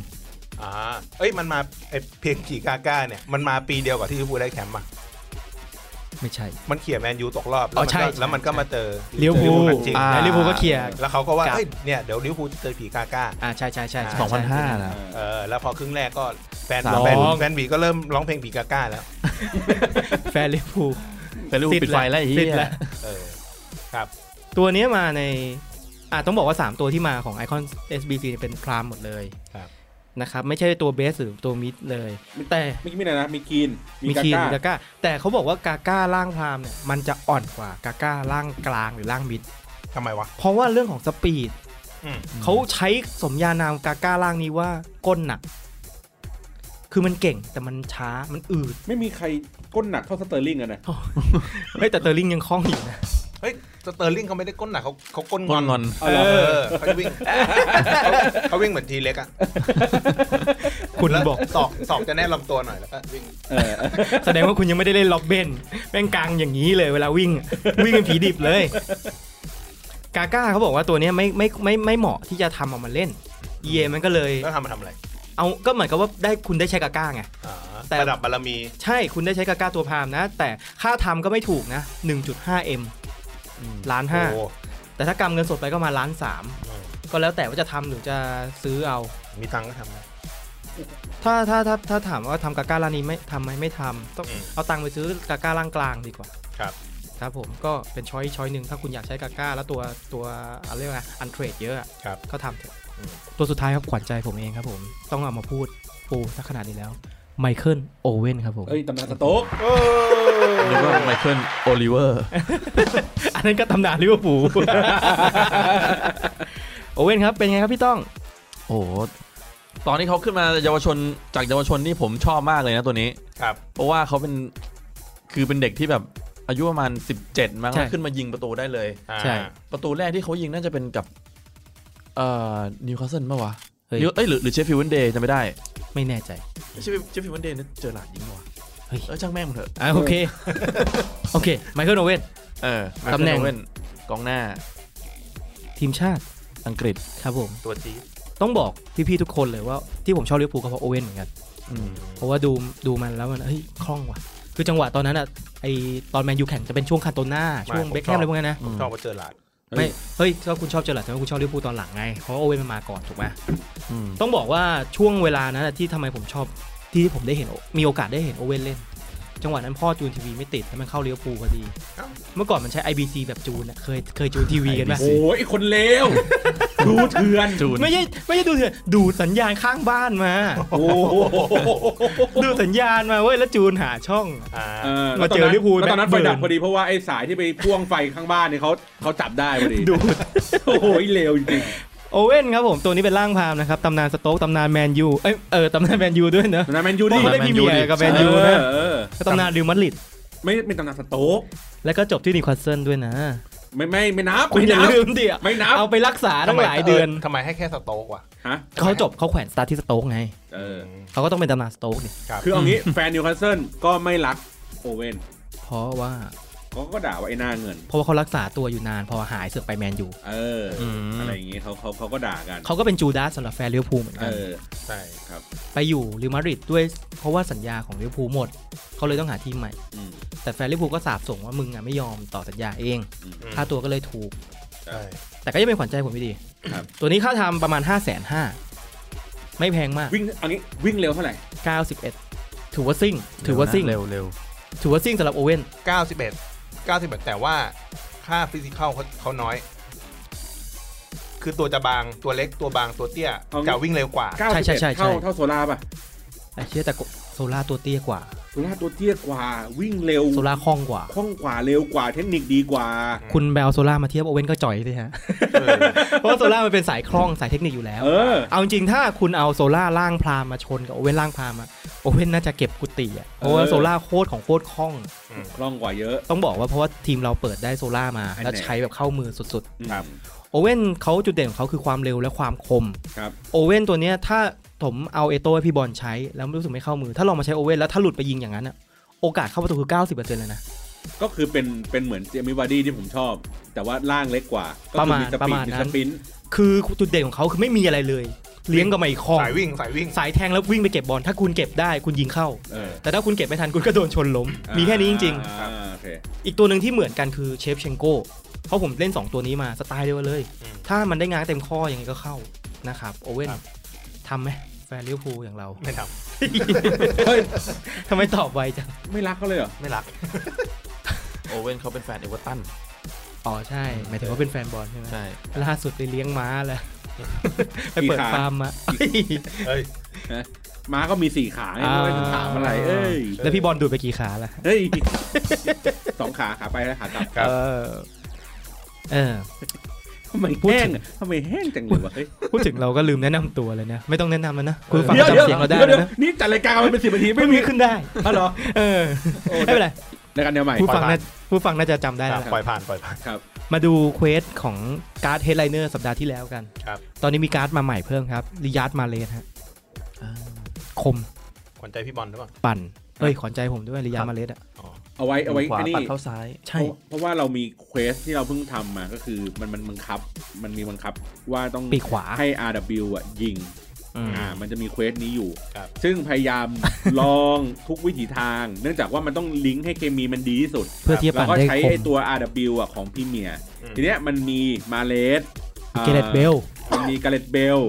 S2: อ่าเอ้ยมันมาไอเพลงขี่กาก้าเนี่ยมันมาปีเดียวกับที่ลิเวอร์พูลได้แชมป์อ่ะ
S3: ไม่ใช่
S2: มันเขี่ยแมนยูตกรอบ
S3: อ๋อใช่ใช่
S2: แล้วมันก็มาเจอ
S3: ลิเวอร์พูล
S2: จริง
S4: อ่า
S3: แล้วลิเวอร์พูลก็เคลียร์
S2: แล้วเขาก็ว่า
S3: ครับ
S2: เอ้ยเนี่ยเดี๋ยวลิเวอร์พูลเจอผีกาก้า
S3: อ่าใช่ใช่ใช่ใช่
S4: สองพันห้านะ
S2: เออแล้วพอครึ่งแรกก็แฟน
S4: สาม
S2: แฟน
S3: ร้อง
S2: แฟนบีก็เริ่มร้องเพลงผีกาก้าแล้ว
S3: แฟนลิเวอร์พูล
S4: เป็นลิเวอร์พูลปิดไฟแล้วไอ้
S3: ติ
S4: เหี้
S3: ด
S4: ย
S3: แล้ว
S2: เออครับ
S3: ตัวเนี้ยมาในอ่าต้องบอกว่า 3 ตัวที่มาของ Icon SBC เนี่ยเป็นพรามหมดเลย
S2: ครับ
S3: นะครับไม่ใช่ตัวเบสหรือตัวมิดเลย แต่
S5: เมื่อกี้มีอะไรนะ มีกรีน มี
S3: มี
S5: กา
S3: คีน
S5: ก้า
S3: มีกาก้าแต่เขาบอกว่ากาก้าร่างพรามเนี่ยมันจะอ่อนกว่ากาก้าร่างกลางหรือร่างมิด
S2: ทำไมวะ
S3: เพราะว่าเรื่องของสปีด
S2: อืม
S3: เขาใช้สมญานามกาก้าร่างนี้ว่าก้นหนัก คือมันเก่งแต่มันช้ามันอืด
S5: ไม่มีใครก้นหนักเท่าสเตอร์ลิงอะนะ
S3: เฮ้ยแต่เตอร์ลิงยังคล่องอยู่นะ
S2: เฮ้ยสเตอร์ลิงเขาไม่ได้ก้นหนักเขาเขาก้น
S4: งอนงอน
S2: เออเขาจะวิ่ง เขาเขาวิ่งเหมือนทีเล็กอ่ะ
S3: คุณ
S2: แล้ว
S3: บอก
S2: ศอกศอกจะแน่ลำตัวหน่อยแล้วก็วิ่ง
S5: เออ
S3: แสดงว่าคุณยังไม่ได้เล่นล็อบเบนแม่งกลางอย่างนี้เลยเวลาวิ่งอะวิ่งเป็นผีดิบเลย กาก้าเขาบอกว่าตัวเนี้ยไม่ไม่ไม่ไม่เหมาะที่จะทำเอามาเล่นเอมันก็เลย
S2: แล้วทำมาทำอะไร
S3: เอาก็เหมือนกับว่าได้คุณได้ใช้กาก้าไง
S2: อ่า
S3: แต่
S2: ประดับบารมี
S3: ใช่คุณได้ใช้กาก้าตัวพรามนะ แต่ค่าทำก็ไม่ถูกนะ 1.5m
S4: อืม
S3: ล้านห้า
S2: โอ้
S3: แต่ถ้ากำเงินสดไปก็มาล้านสาม
S2: อืม
S3: ก็แล้วแต่ว่าจะทำหรือจะซื้อเอา
S2: มีตังค์ก็ทำนะ
S3: ถ้าถ้าถ้าถ้าถามว่าทำกาก้าร้านนี้ไม่ทำไหมไม่ทำต้อง
S2: อืม
S3: เอาตังค์ไปซื้อกาก้าร่างกลางดีกว่า
S2: ครับ
S3: ครับผมก็เป็นช้อยช้อยหนึ่งถ้าคุณอยากใช้กาก้าแล้วตัวตัวอะไรเรียกว่าไงอันเทรดเยอะอะ
S2: ครับ
S3: ก็ทำเถอะ
S2: อืม
S3: ตัวสุดท้ายครับขวัญใจผมเองครับผม ต้องเอามาพูดปูถ้าขนาดนี้แล้วไมเคิลโอเว่นครับผม
S5: เอ้ย ตำนานสโต๊ก
S4: หรือว่าไมเคิลโอลิเวอร์
S3: อันนั้นก็ตำนานลิเวอร์พูล โอเว่นครับเป็นไงครับพี่ต้อง
S4: โอ้โหตอนนี้เขาขึ้นมาเยาวชนจากเยาวชนนี่ผมชอบมากเลยนะตัวนี้
S2: ครับ
S4: เพราะว่าเขาเป็นคือเป็นเด็กที่แบบอายุประมาณ 17 มั้ง
S3: ใช่
S4: ขึ้นมายิงประตูได้เลย
S2: อ่า
S3: ใช่
S4: ประตูแรกที่เขายิงน่าจะเป็นกับเอ่อนิวคาสเซิลป่าวะ
S3: เฮ้ย
S4: นิวเอ้ยหรือหรือเชฟฟิลด์เวนเดย์จำไม่ได้
S3: ไม่แน่ใจ
S4: เชฟฟิลด์เชฟฟิลด์เวนเดย์เนี่ยเจอหลาดยิงป่าวะ
S3: เฮ้ย
S4: เออช่างแม่งมันเถอะ
S3: อ่ะโอเค โอเคไมเคิลโอเว่น
S4: เออ
S3: ตำแหน่ง
S4: เวนกองหน้า
S3: ทีมชาติ
S4: อังกฤษ
S3: ครับผม
S2: ตัวจีด
S3: ต้องบอกพี่ๆทุกคนเลยว่าที่ผมชอบลิเวอร์พูลก็เพราะโอเว่นเหมือนกัน
S4: อืม
S3: เพราะว่าดูดูมันแล้วมันเฮ้ยคล่องว่ะ คือจังหวะตอนนั้นอ่ะไอตอนแมนยูแข่งจะเป็นช่วงคันโตน่าช่วงเบคแฮมอะไรพวกนั้นนะ
S2: ผมชอบว่าเจอหลาด
S5: เฮ้ย
S3: ไม่เฮ้ยก็คุณชอบเจอหลัดแต่ว่าคุณชอบลิเวอร์พูลตอนหลังไงเพราะโอเว่นมันมาก่อนถูกไหม
S4: อืม
S3: ต้องบอกว่าช่วงเวลานั้นอะที่ทำไมผมชอบที่ผมได้เห็นโอมีโอกาสได้เห็นโอเว่นเล่น จังหวะนั้นพ่อจูนทีวีไม่ติดแล้วมันเข้าเลี้ยวปูลพอดี เมื่อก่อนมันใช้ IBC แบบจูนอะเคยเคยจูนทีวีกันไหม
S5: โอ้ยไอ้คนเลว ดูเถื่อน
S4: จูน
S3: ไม่ใช่ไม่ใช่ดูเถื่อนดูดสัญญาณข้างบ้านมา
S5: โอ้โห
S3: ดูดสัญญาณมาเว้ยแล้วจูนหาช่อง
S2: อ่า
S5: เออ
S3: มาเจอลิเวอร์พูล
S5: แล้วตอนนั้นไฟ
S3: แม่งเบิร์น
S5: ดับพอดีเพราะว่าไอ้สายที่ไปพ่วงไฟข้างบ้านเนี่ยเขาเขาจับได้พอดี
S3: ดูด
S5: โอ้ยเลวจริง
S3: โอเว่นครับผมตัวนี้เป็นร่างพรามนะครับตำนานสโต๊กตำนานแมนยูเอ้ยเออตำนานแมนยูด้วยเนอะ
S5: ๆตำนานแมนยู
S3: เพราะ
S5: นี่
S3: เขาเล่นพรีเมียร์กับแมนยูนะ
S5: เออ
S3: ก็ตำนานริวมาดริด
S5: ไม่ไม่ตำนานสโต๊ก
S3: แล้วก็จบที่นิวคาสเซิลด้วยนะ
S5: ไม่ไม่ไม่นับ
S3: คุณ
S5: ไม่
S3: อย่า
S5: นับ
S3: ลืมดิอะ
S5: ไม่นับ
S3: เอาไปรักษาตั้งหลายเดือน
S2: ทำไมให้แค่สโต๊กว่ะ
S5: ฮะ
S3: เขาจบเขาแขวนสตาร์ทที่สโต๊กไง
S5: เออ
S3: เขาก็ต้องเป็นตำนานสโต๊กเนี่ย
S2: ครับ
S5: คือเอางี้แฟนนิวคาสเซิลก็ไม่รักโอเว่น
S3: เพราะว่า
S5: เขาก็ด่าว่าไอ้หน้าเงิน
S3: เพราะว่าเขารักษาตัวอยู่นาน พอหายเสือกไปแมนยู
S5: เอออ
S4: อืม
S5: อะไรอย่างงี้เขาเขาเขาก็ด่ากัน
S3: เขาก็เป็นจูดาสสำหรับแฟนลิเวอร์พูลเหมือน
S5: เอ
S3: กัน
S5: อ
S2: ใช่
S5: ครับ
S3: ไปอยู่ริวมาดริดด้วยเพราะว่าสัญญาของลิเวอร์พูลหมดเขาเลยต้องหาทีมใหม่
S5: อืม
S3: แต่แฟนลิเวอร์พูลก็สาบส่งว่ามึงอะไม่ยอมต่อสัญญาเอง
S5: อืม
S3: ค่าตัวก็เลยถูก
S2: ใช่
S3: แต่ก็ยังเป็นขวัญใจผมอยู่ดี
S5: ครับ
S3: ตัวนี้ค่าทำประมาณ 5 5 0 0 0 0ไม่แพงมาก
S5: วิ่งเอางี้วิ่งเร็วเท่าไหร่
S3: 91 ถือว่าซิ่ง ถือว่าซิ่ง
S4: เร็วนะเร็ว
S3: ถือว่าซิ่งสำหรับโอเว่น
S2: เก้าสิบเอ็ดเก้าสิบเอ็ดแต่ว่าค่าฟิสิกอลเขาเขาน้อย คือตัวจะบางตัวเล็กตัวบางตัวเตี้ย
S5: เอางี้
S2: จะวิ่งเร็วกว่า
S5: เก้า
S3: ใช่
S5: สิบ
S3: ใช่
S5: เอ็ด
S3: ใช่
S5: เท่า
S3: ใช่
S5: เท่าโซลาป่ะ
S3: ไอ้เชี่ยแต่ก็โซล่าตัวเตี้ยกว่า
S5: โซล่าตัวเตี้ยกว่าวิ่งเร็ว
S3: โซล่าคล่องกว่า
S5: คล่องกว่าเร็วกว่าเทคนิคดีกว่า
S3: คุณแบลโซล่ามาเทียบโอเว่นก็จ่อยสิฮะ เพราะว่าโซล่ามันเป็นสายคล่องสายเทคนิคอยู่แล้ว
S5: เออ
S3: เอาจริงๆถ้าคุณเอาโซล่าร่างพรามมาชนกับโอเว่นร่างพรามอะโอเว่นน่าจะเก็บกุฏิอะเพราะว่า
S5: เออ
S3: โซล่าโคตรของโคตรคล่อง
S5: คล่องกว่าเยอะ
S3: ต้องบอกว่าเพราะว่าทีมเราเปิดได้โซล่ามา
S5: อันไหน
S3: แล้วใช้แบบเข้ามือสุด
S5: ครับ
S3: ๆ โอเว่นเขาจุดเด่นของเขาคือความเร็วและความคม
S5: ครับ
S3: โอเว่นตัวเนี้ยถ้าผมเอาเอโต้ให้พี่บอลใช้แล้วรู้สึกไม่เข้ามือ ถ้าลองมาใช้โอเว่นแล้วถ้าหลุดไปยิงอย่างนั้นอะโอกาสเข้าประตูคือ 90%เลยนะ
S5: ก็คือเป็นเป็นเหมือนเจมี่วาร์ดี้ที่ผมชอบ แต่ว่าร่างเล็กกว่า ก็
S3: ประ
S5: คื
S3: มาณ
S5: มีส
S3: ประ
S5: ปีด
S3: มาณ
S5: มี
S3: นั้
S5: ส
S3: น
S5: ปิน
S3: คือจุดเด่นของเขาคือไม่มีอะไรเลย เลี้ยงกับไม่คล่อง
S2: สายวิ่งสายวิ่ง
S3: สายแทงแล้ววิ่งไปเก็บบอลถ้าคุณเก็บได้คุณยิงเข้า
S5: เออ
S3: แต่ถ้าคุณเก็บไม่ทันคุณก็โดนชนล้ม มีแค่นี้จริง
S5: อ่าโอเค
S3: ๆ อีกตัวหนึ่งที่เหมือนกันคือเชฟเชงโก้เพราะผมเล่น 2 ตัวนี้มาสไตล์เดียวกันเลย
S2: อืม
S3: ถ้ามันได้งางเต็มข้อยังไงก็เข้านะครับโอเว่น
S2: ครับ
S3: ทำไหมแฟนลิเวอร์พูล อย่างเรา
S2: ไม่ท
S5: เฮ้ย
S3: ทำไมตอบไวจัง
S5: ไม่รักเขาเลยเหรอ
S2: ำไม่รัก
S4: โอเว่นเขาเป็นแฟนเอเวอร์ตัน
S3: อ๋อใช่หมายถึงว่าเป็นแฟนบอลใช่ไหม
S4: ใช่
S3: ล่าสุดไปเลี้ยงม้า แล้วไปเปิด
S5: กี่ขา
S3: ฟาร์มมา
S2: เอ้ย
S5: ม้าก็มีสี่ขาไงไม่ ต้องถามอะไร เอ้ย
S3: แล้วพี่บอลดูดไปกี่ขาล่ะ
S5: เฮ้ยสองขาขาไปแล้วขากลับ
S2: ครับ
S3: เออเออ
S5: ทำไม
S3: พูด
S5: แห้
S3: ถึ
S5: ง
S3: ง
S5: อะทำไมแห้งจังเลยวะเฮ้ย
S3: พูดถึงเราก็ลืมแนะนำตัวเลยนะ ไม่ต้องแนะนำแล้วนะ คุณฟัง
S5: เดี๋ยว
S3: จำ
S5: เดี๋ยว
S3: เสียงเราได้
S5: เดี๋
S3: แล้
S5: ยว ว
S3: นะ
S5: นี่จัดรายการมาเป็นสิบนาที
S3: ไม่
S5: ไม่
S3: มี
S5: มี
S3: ขึ้นได้
S5: อ๋อเหรอ
S3: เออ
S5: โอ้
S3: ไม่เป็นไร
S5: รายการแนวใหม่
S3: ผู้ฟัง
S2: ปล่อยผ่า
S3: น่าน ผู้ฟังน่าจะจำได้แล้ว
S2: ปล่อยผ่านปล่อยผ่าน
S3: มาดูเควสของการ์ดเฮดไลเนอร์สัปดาห์ที่แล้วกัน
S2: ครับ
S3: ตอนนี้มีการ์ดมาใหม่เพิ่มครับริยาดมาเลสฮะคม
S2: ขวัญใจพี่บอลหรือเปล่า
S3: ปั่นเอ้ยขอนใจผมด้วยริยาดมาเลสอ่ะ
S5: เอาไว้เอาไว้
S4: ขวา
S5: ไอ้นี่
S4: ปัดเข้าซ้าย
S3: ใช่
S5: เพราะเพราะว่าเรามีเควสที่เราเพิ่งทำมาก็คือมันมันบังคับ มันมีบังคับว่าต้อง
S3: ปีกขวา
S5: ให้ RW อ่ะยิง
S3: อืม
S5: อ่ามันจะมีเควสนี้อยู่
S2: ครับ
S5: ซึ่งพยา ยาม ลองทุกวิถีทาง เนื่องจากว่ามันต้องลิงก์ให้เคมีมันดีที่สุด
S3: เพื่อที่จะ
S5: แล้ว
S3: ปั่น
S5: ก็
S3: ได้
S5: ใช้
S3: คม
S5: ไอ้ตัว RW อ่ะของพี่เมีย
S2: อืม
S5: ทีเนี้ยมันมีมาเลส
S3: เกเรตเบล
S5: มันมีกาเลตเบล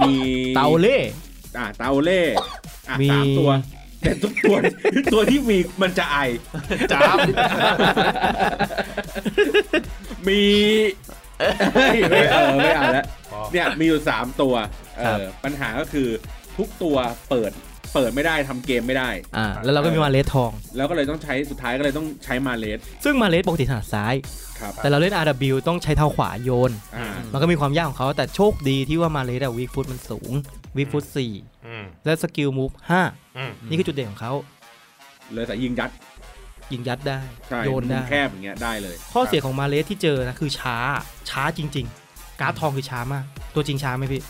S5: มี
S3: เตาเล่
S5: อ่าเตาเล่อ่ะ
S3: มี
S5: สามตัว แต่ทุกตัว ตัวที่มีมันจะไอจามมี เฮ้ยไม่เออไม่เอาแล้ว
S2: พอ
S5: เนี่ย มีอยู่สามตัวเอ
S3: ครับ
S5: อปัญหาก็คือทุกตัวเปิดเปิดไม่ได้ทำเกมไม่ได้
S3: อ่าแล้วเราก็มีมาเลสทอง
S5: แล้วก็เลยต้องใช้สุดท้ายก็เลยต้องใช้มาเลส
S3: ซึ่งมาเลสปกติถนัดซ้าย
S5: ครับ
S3: แต่เราเล่น RW ต้องใช้เท้าขวาโยน
S5: อ่า
S3: มันก็มีความยากของเขาแต่โชคดีที่ว่ามาเลสอะวีคฟุตมันสูงวีคฟุตสี่
S2: อืม
S3: และสกิลมูฟห้า
S2: อืม
S3: นี่คือจุดเด่นของเขา
S5: เลยสายยิงยัด
S3: ยิงยัดได้
S5: ใช่
S3: โยน
S5: มุ
S3: ได้
S5: มแคบอย่างเงี้ยได้เลย
S3: ข้อเสียของมาเลสที่เจอนะคือช้าช้าจริง ๆ การ์ดทองคือช้ามาก ตัวจริงช้าไหมพี่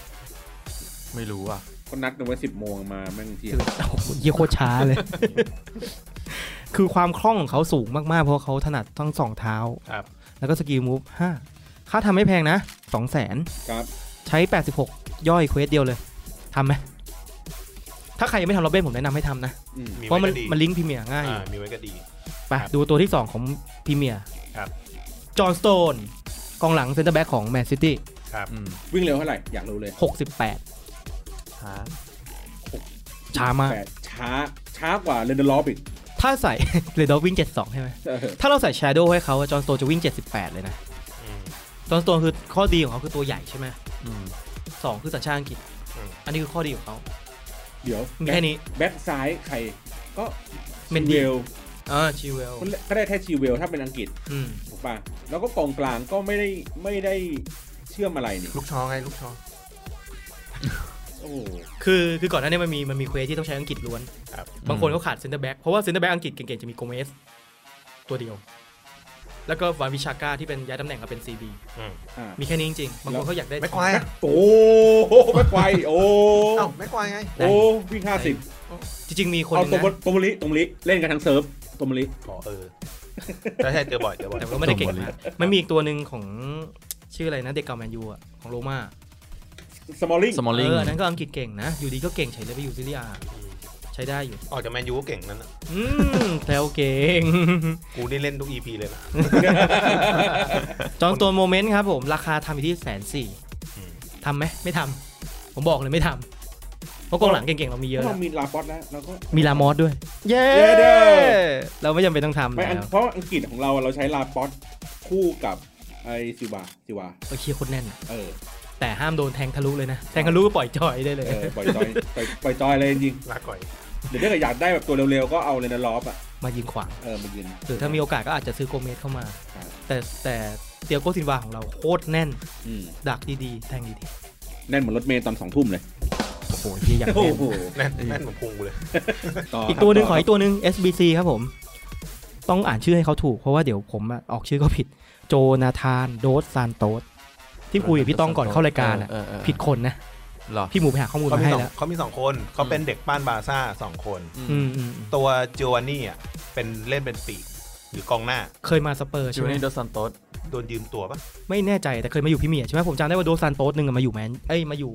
S4: ไม่รู้อ่ะ
S5: ก็นัดกันไว้สิบโมงมาแม่งเที่ยง
S3: โอ้โหเยี่ยโคตรช้าเลย คือความคล่องของเขาสูงมาก ๆ เพราะเขาถนัดทั้งสองเท้า
S2: ครับ
S3: แล้วก็สกิลมูฟห้าค่าทำไม่แพงนะสองแสน
S5: ครับ
S3: ใช้ 86 ย่อยเควสเดียวเลย ทำไหม ถ้าใครยังไม่ทำล็อบเบ้นผมแนะนำให้ทำนะ
S5: อืม
S2: มี
S3: เพ
S2: ไว้
S3: ราะมัน
S2: ก็ดี
S3: มันลิงก์พรีเมียร์ง่ายอ
S2: อ่า
S3: ยู่
S2: มีไว้ก็ดี
S3: ไป
S2: ครับ
S3: ดูตัวที่ 2 ของพรีเมียร์
S2: ครับ
S3: จอห์นสโตน กองหลังเซ็นเตอร์แบ็กของแมนซิตี้
S4: อืม
S5: วิ่งเร็วเท่าไหร่ อยากรู้เลย
S3: 68
S4: ช้า
S3: ช้ามาก
S5: แต่ช้าช้ากว่าเรนเดอร์ลอฟอีก
S3: ถ้าใส่ เรดอลวิ่ง 72 ใช่ไหม
S5: เออ
S3: ถ้าเราใส่ชาโดว์ให้เขาจอห์นสโตนจะวิ่ง 78 เลยนะ
S2: อืม
S3: จอห์นสโตนคือข้อดีของเขาคือตัวใหญ่ใช่ไหม
S4: อืม
S3: สองคือสัญชาติอังกฤษ
S2: อืม
S3: อันนี้คือข้อดีของเขา
S5: เดี๋ยว
S3: มีแค่นี้
S5: แบ็คซ้ายใครก็
S3: เมน
S5: เว
S3: ดี
S5: ล
S3: อ่าชิเวล
S5: ก็ได้แค่ชีเวลถ้าเป็นอังกฤษ
S3: อืม
S5: ถูกป่ะแล้วก็กองกลางก็ไม่ได้ไม่ได้เชื่อมอะไรนี่
S2: ลูกช้องไงลูกช้อง
S5: โอ้โห
S3: คือคือก่อนหน้านี้มันมีมันมีเควสที่ต้องใช้อังกฤษล้วน
S2: ครับ
S3: บางคนเขาขาดเซนเตอร์แบ็กเพราะว่าเซนเตอร์แบ็กอังกฤษเก่งๆ จะมีโกเมสตัวเดียว แล้วก็วานวิชาก้าที่เป็นย้ายตำแหน่งมาเป็น CB
S2: อืม
S5: อ่า
S3: มีแค่นี้จริงๆ บางคนเขาอยากได้
S2: แม็กควายอะ
S5: โอ้โหไม่ไกวโอ้
S2: เอ้าแม็กควายไง
S3: ได้
S5: โอ้วิ่งห้าสิบ
S3: จริงๆ มีคนห
S5: เอา
S3: นึง
S5: ตรง
S3: นะ
S5: ตรงมะลิตรงมะลิเล่นกันทั้งเซิร์ฟตรงมะลิ
S2: อ๋อเออใช่ใช่เจอบ่อยเจอบ่อย
S3: แต่ก็ไม่ได้เก่งมากมันมีอีกตัวหนึ่งของชื่ออะไรนะเด็กเก่าแมนยูอะของโรม่า
S5: สมอลลิง
S4: สมอลลิง
S3: เอออันนั้นก็อังกฤษเก่งนะ อยู่ดีก็เก่งใช้เลยไปอยู่ซีเรียใช้ได้อยู่
S2: ออกจากแมนยูก็เก่งนั่นนะ
S3: อืมแซวเก่ง
S2: กูนี่เล่นทุก EP เลยนะ
S3: จองตัวโมเมนต์ครับผม ราคาทำอยู่ที่แสนสี่
S2: อืม
S3: ทำไหมไม่ทำผมบอกเลยไม่ทำเพราะกองหลังเก่งๆ เรามีเยอะ
S5: เรา
S3: แล้ว
S5: มีลาปอตแล้วเราก็
S3: มีลามอสด้วย เย้
S5: เย้เด้อ
S3: เราไม่จำเป็นต้องทำ
S5: ไม่
S3: แล้
S5: อัง
S3: ว
S5: เพราะอังกฤษของเราเราใช้ลาปอตคู่กับไอซิวาซิวา
S3: โอเคโคนแน่น
S5: เออ
S3: แต่ห้ามโดนแทงทะลุเลยนะ แทงทะลุก็ปล่อยจอยได้เลย
S5: เออปล่อย จอยปล่อยปล่อยจอยเลยจริง
S2: ลาก่อย
S5: ๆหรือถ้าเกิดอยากได้แบบตัวเร็วๆก็เอาเลยนะลอฟอ่ะ
S3: มายิงขวาง
S5: เออมายืน
S3: หรือถ้ามีโอกาสก็อาจจะซื้อโกเมสเข้ามา
S5: ครับ
S3: แต่แต่เตียโกซินวาของเราโคตรแน่น
S5: อืม
S3: ดักดีๆ แทงดี
S5: แน่นเหมือนรถเมล์ตอนสองทุ่มเลย
S3: ๆ โอ้โหเฮียอยาก
S5: โอ้
S3: แน่น
S5: โห
S2: แน่นแน่นเหมือนพุงกูเลย
S5: ต่
S3: อีกตัวหนึ่ง
S5: ครับ
S3: ขออีกตัวหนึ่ง SBC ครับผม ต้องอ่านชื่อให้เขาถูก เพราะว่าเดี๋ยวผมอะออกชื่อก็ผิด โจนาธาน โดสซานโตสที่คุยกับพี่ต้องก่อนเข้ารายการอะ
S4: เออเออเออ
S3: ผิดคนนะ
S4: เหรอ
S3: พี่หมูไปหาข้อมูล
S2: เขา
S3: มา
S2: มี
S3: ให้
S2: สอง
S3: แล้ว
S2: เขามีสองคนเขาเป็นเด็กบ้านบาร์ซ่าสองคน
S3: อืมอืมอืม
S2: ตัวจิวานี่อ่ะเป็นเล่นเป็นปีกหรือกองหน้า
S3: เคยมาสเปอร์
S4: จิ
S3: ใช่
S4: ว
S3: ไหม
S4: นี่โดซันโตส
S2: โดนยืมตัวปะ
S3: ไม่แน่ใจแต่เคยมาอยู่พรีเมียร์ใช่ไหมผมจำได้ว่าโดสซานโตสหนึ่งอะมาอยู่แมนเอ้ยมาอยู่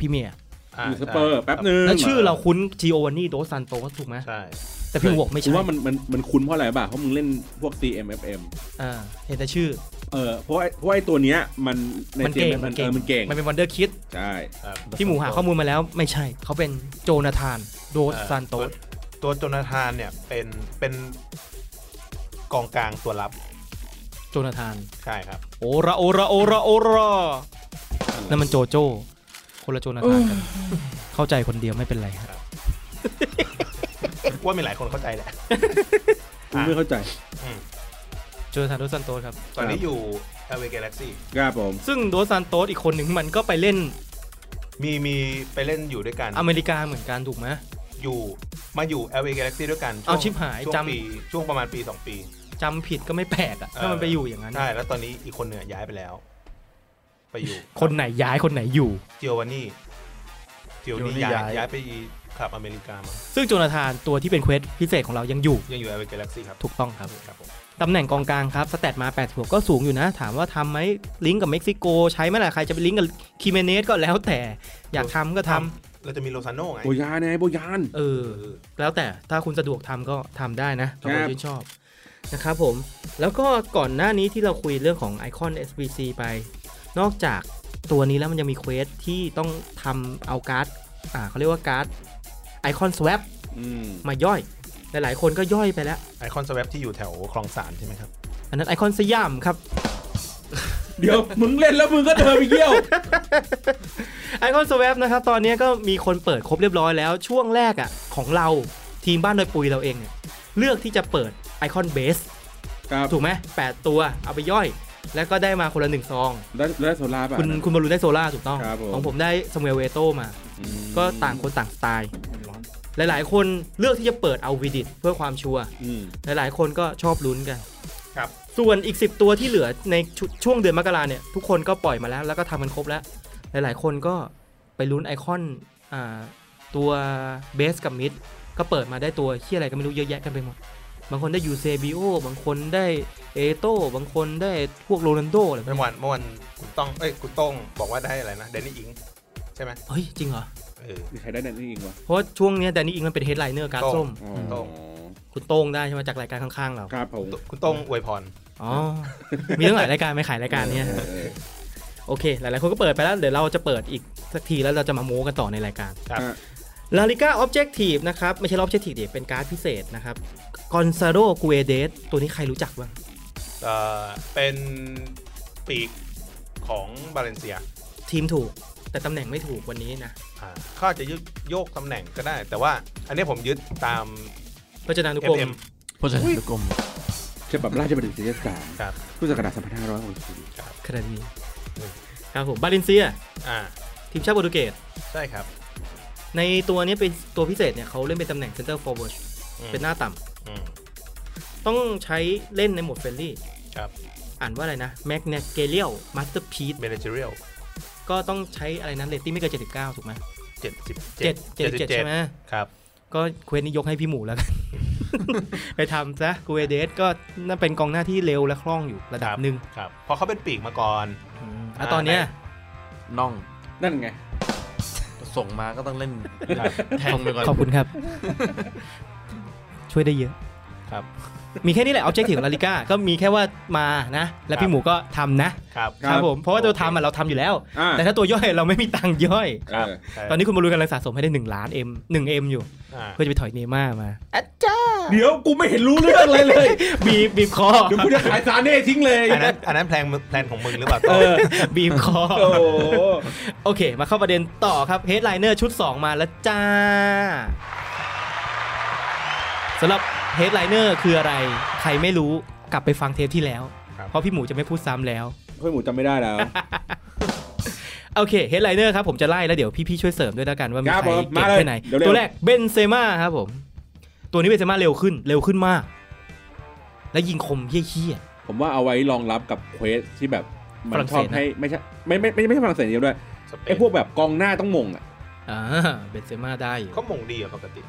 S3: พรีเมียร์
S2: อ่า
S5: อยู่สเปอร์แป๊บนึง
S3: แล้วชื่อเราคุ้นจีโอวานนี่โดสซานโตสถูกไหม
S2: ใช่
S3: แต่พี่หมูบอกไม่
S5: คุณ
S3: ใช่
S5: ว่ามันมันมันคุ้นเพราะอะไรป่ะเพราะมึงเล่นพวก CMFM
S3: อ่าเห็นแต่ชื่อ
S5: เออเพราะไอ้เพราะไอ้ตัวเนี้ยมันใน
S3: มัน
S5: เก
S3: เก่
S5: ม
S3: ง
S5: มันเออมันเก่ง
S3: มันเป็นวันเดอร์คิด
S5: ใช่
S2: ครับ
S3: พี่หมูหาข้อมูลมาแล้วไม่ใช่ เขาเป็นโจนาธาน โดสซานโตส
S2: ตัวโจนาธานเนี่ยเป็นเป็นกองกลางตัวรับ
S3: โจนาธาน
S2: ใช่ครับ
S3: โอระโอระโอระโอระนั่นมันโจโจ้คนละโจนาธานกันเข้าใจคนเดียวไม่เป็นไรฮะ
S2: ว่ามีหลายคนเข้าใจแหละ
S5: คุณไม่เข้าใจ
S3: โจนาธานโดสซานโตสครับ
S2: ตอนนี้อยู่เอเวอเกาแล็กซี่
S5: ครับผม
S3: ซึ่งโดสซานโตสอีกคนหนึ่งมันก็ไปเล่น
S2: มีมีไปเล่นอยู่ด้วยกัน
S3: อเมริกาเหมือนกันถูกไหม
S2: อยู่มาอยู่เอเวอเกาแล็กซี่ด้วยกัน
S3: เอาชิบหาย
S2: ช่วง
S3: จำ
S2: ปีช่วงประมาณปีสองปี
S3: จำผิดก็ไม่แปลกอะถ้ามันไปอยู่อย่างนั้น
S2: ใช่ แล้วตอนนี้อีกคนเนี่ยย้ายไปแล้ว ไปอยู่
S3: คนไหนย้ายคนไหนอยู่
S2: เจียววานี่เจียวนี่
S4: จิโอนี่
S2: ย้าย
S4: ย้าย
S2: ย้ายไปคลับอเมริกามา
S3: ซึ่งโจนาธานตัวที่เป็นเควสพิเศษของเรายังอยู่
S2: ยังอยู่เอเวอเกาแล็กซี่ครับ
S3: ถูกต้องครับ
S2: ครับผม
S3: ตำแหน่งกองกลางครับสแตทมา8หัวก็สูงอยู่นะ ถามว่าทำไหมลิงก์กับเม็กซิโก ใช้ไหมล่ะ ใครจะไปลิงก์กับคิเมเนสก็แล้วแต่อยากทำก็ท
S2: เราจะมีโลซานโน่ไง
S5: โบยานไงโบยาน
S3: ำเออ
S2: เออ
S3: แล้วแต่ถ้าคุณสะดวกทำก็ทำได้นะถ้า
S5: ค
S3: คุณ
S5: รับ
S3: ชื่นชอบนะครับผม แล้วก็ก่อนหน้านี้ที่เราคุยเรื่องของไอคอน SBC ไป นอกจากตัวนี้แล้วมันยังมีเควสที่ต้องทำเอาการ์ดอ่าเขาเรียกว่าการ์ดไอคอนสว
S5: อืม
S3: มาย่อย หลายๆคนก็ย่อยไปแล้ว
S2: ไอคอนสวปที่อยู่แถวคลองสานใช่ไหมครับ
S3: อันนั้นไอคอนสยามครับ
S5: เดี๋ยวมึงเล่นแล้วมึงก็เดินไปเยี่ยว
S3: ไอคอนสวปนะครับ ตอนนี้ก็มีคนเปิดครบเรียบร้อยแล้วช่วงแรกอะ่ะ ของเราทีมบ้านโดอยปุยเราเองเนี่ย เลือกที่จะเปิดไอคอนเบส
S5: ครับ
S3: ถูกไหมแปดตัวเอาไปย่อย แล้วก็ได้มาคนละหนึ่งซอง
S5: แล้วแล้วโซลาร์ป่ะ
S3: คุณคุณบอลลูนได้โซล่าถูกต้อง
S5: ครับผม
S3: ของผมได้สมูเอลเวโตมา
S5: อืม
S3: ก็ต่างคนต่างสไตล์ หลายๆ คนเลือกที่จะเปิดเอาวิดิตเพื่อความชัวร์
S5: อืม
S3: หลายๆ คนก็ชอบลุ้นกัน
S2: ครับ
S3: ส่วนอีก 10 ตัวที่เหลือในชช่วงเดือนมกราเนี่ยทุกคนก็ปล่อยมาแล้ว แล้วก็ทำกันครบแล้ว หลายๆ คนก็ไปลุ้นไอคอนอ่าตัวเบสกับมิดก็เปิดมาได้ตัวเฮียอะไรก็ไม่รู้เยอะแยะกันไปหมด บางคนได้ยูเซบิโอบางคนได้เอโตบางคนได้พวกโรนันโดอะไรพวก
S2: เมื่อ
S3: นี้
S2: วานเมื่อวันคุณต้องเอ้ยคุณต้องบอกว่าได้อะไรนะเดนนี่อิงใช่ไหม
S3: เฮ้ยจริงเหรอ
S2: เออ
S5: มีใครได้นั่นนี่เองวะ
S3: เพราะช่วงเนี้ยแดนนี่อิงมันเป็นเฮดไลเนอร์การดส้ม
S5: อ๋อ
S2: โต้ง
S3: คุณโต้งได้ใช่ไหมจากรายการข้างๆเรา
S5: ครับผม
S2: คุณต้องอวยพร
S3: อ๋อ มีตั้งหลายรายการไม่ขายรายการเนี้ย
S5: เออเออ
S3: โอเค หลายๆคนก็เปิดไปแล้ว เดี๋ยวเราจะเปิดอีกสักทีแล้วเราจะมาโม้กันต่อในรายการ
S2: ครับ
S3: ลาลิก้าออบเจกตีฟนะครับ ไม่ใช่ออบเจกตีฟเดี๋ยวเป็นการ์ดพิเศษนะครับกอนซาโ u กูเอเดสตัวนี้ใครรู้จักบ้าง
S2: เออเป็นปีกของบาเลนเซีย
S3: ทีมถูก แต่ตำแหน่งไม่ถูกวันนี้นะ
S2: อ่าเขาอาจจะยึดโยกตำแหน่งก็ได้ แต่ว่าอันนี้ผมยึดตาม
S3: พจนานุกรม
S2: FM
S4: พจนานุกรม
S5: ฉบับราชบัณฑิตยสาร
S2: ครับ
S5: พุทธศักราช2560
S3: คราวนี้ครับผมบาเลนเซีย
S2: อ่า
S3: ทีมชาติโปรตุเกส
S2: ใช่ครับ
S3: ในตัวเนี้ยเป็นตัวพิเศษเนี่ยเขาเล่นเป็นตำแหน่งเซนเตอร์ฟอร์เวิร์ด
S2: อืม
S3: เป็นหน้าต่ำ
S2: อืม
S3: ต้องใช้เล่นในโหมดเฟรนลี่
S2: ครับ
S3: อ่านว่าอะไรนะแมกเนเกเลียลมาสเตอร์พีซ
S2: เมเนเจอเรียล
S3: ก็ต้องใช้อะไรนะเรตติ้งไม่เกิน79 ถูกไหม
S2: เจ็ดสิบ
S3: 7 77 ใช่ไหม
S2: ครับ
S3: ก็เควสนี้ยกให้พี่หมูแล้วกัน ไปทำซะกูเอเดสก็น่าเป็นกองหน้าที่เร็วและคล่องอยู่ระดับหนึ่ง
S2: ครับเพราะเขาเป็นปีกมาก่อน
S3: อืมแล้วตอนเนี้ย
S4: น่อง
S5: นั่นไง
S4: ส่งมาก็ต้องเล่นแทงไปก่อน
S3: ขอบคุณครับ ช่วยได้เยอะ
S2: ครับ
S3: มีแค่นี้แหละออบเจกตีของลาลิก้าก็มีแค่ว่ามานะ แล้
S2: ค
S3: ว
S2: รับ
S3: พี่หมูก็ทำนะครับ
S5: ครับ
S3: ครับผมเพราะว่าตัวทำอ่ะเราทำอยู่แล้ว
S5: อ่า
S3: แต่ถ้าตัวย่อยเราไม่มีตังค์ย่อย
S2: ครับ
S3: ตอนนี้คุณบอลลูนกำลังสะสมให้ได้ 1 ล้านเอ็มหนึ่งเอ็มอยู่
S2: อ่า
S3: เพื่อจะไปถอยเนย์ม่าร์มาอาจา
S5: เดี๋ยวกูไม่เห็นรู้เรื่องเลยเลย
S3: บีบบีบคอ
S5: เดี๋ยวกูจะขายซาเน่ทิ้งเลย
S2: อันนั้นอันนั้นแพลนมึงแพลนของมึงหรือเปล่า
S5: เออ
S3: บีบคอ
S5: โอ้โห
S3: โอเค มาเข้าประเด็นต่อครับเฮดไลเนอร์ชุด 2 มาแล้วจ้าสำหรับเฮดไลเนอร์คืออะไร ใครไม่รู้กลับไปฟังเทปที่แล้ว เพราะพี่หมูจะไม่พูดซ้ำแล้ว
S5: เฮ้ยหมูจำไม่ได้แล้ว
S3: โอเคเฮดไลเนอร์ครับผมจะไล่แล้วเดี๋ยวพี่ๆช่วยเสริมด้วยแล้วกันว่ามี
S5: ครับ
S3: ใคร
S5: ผม
S3: เก่ง
S5: มาเลย
S3: แค่ไหน
S5: เดี๋ยวเร็ว
S3: ตัวแรกเบนเซม่าครับผม ตัวนี้เบนเซม่าเร็วขึ้นเร็วขึ้นมาก และยิงคมเหี้ย
S5: ผมว่าเอาไว้รองรับกับเควสที่แบบมั
S3: ฝรั่
S5: น
S3: ง
S5: ช
S3: เศ
S5: อบ
S3: สนะ
S5: ให้ไม่ใช่ไม่ไม่ไม่ไม่ใช่ฝรั่งเศสอย่างเดียวด้วยไอ้พวกแบบกองหน้าต้องมงอ่ะ
S3: ๆอ่าเบนเซม่าได้อยู่
S2: เขามงดีอะปกติ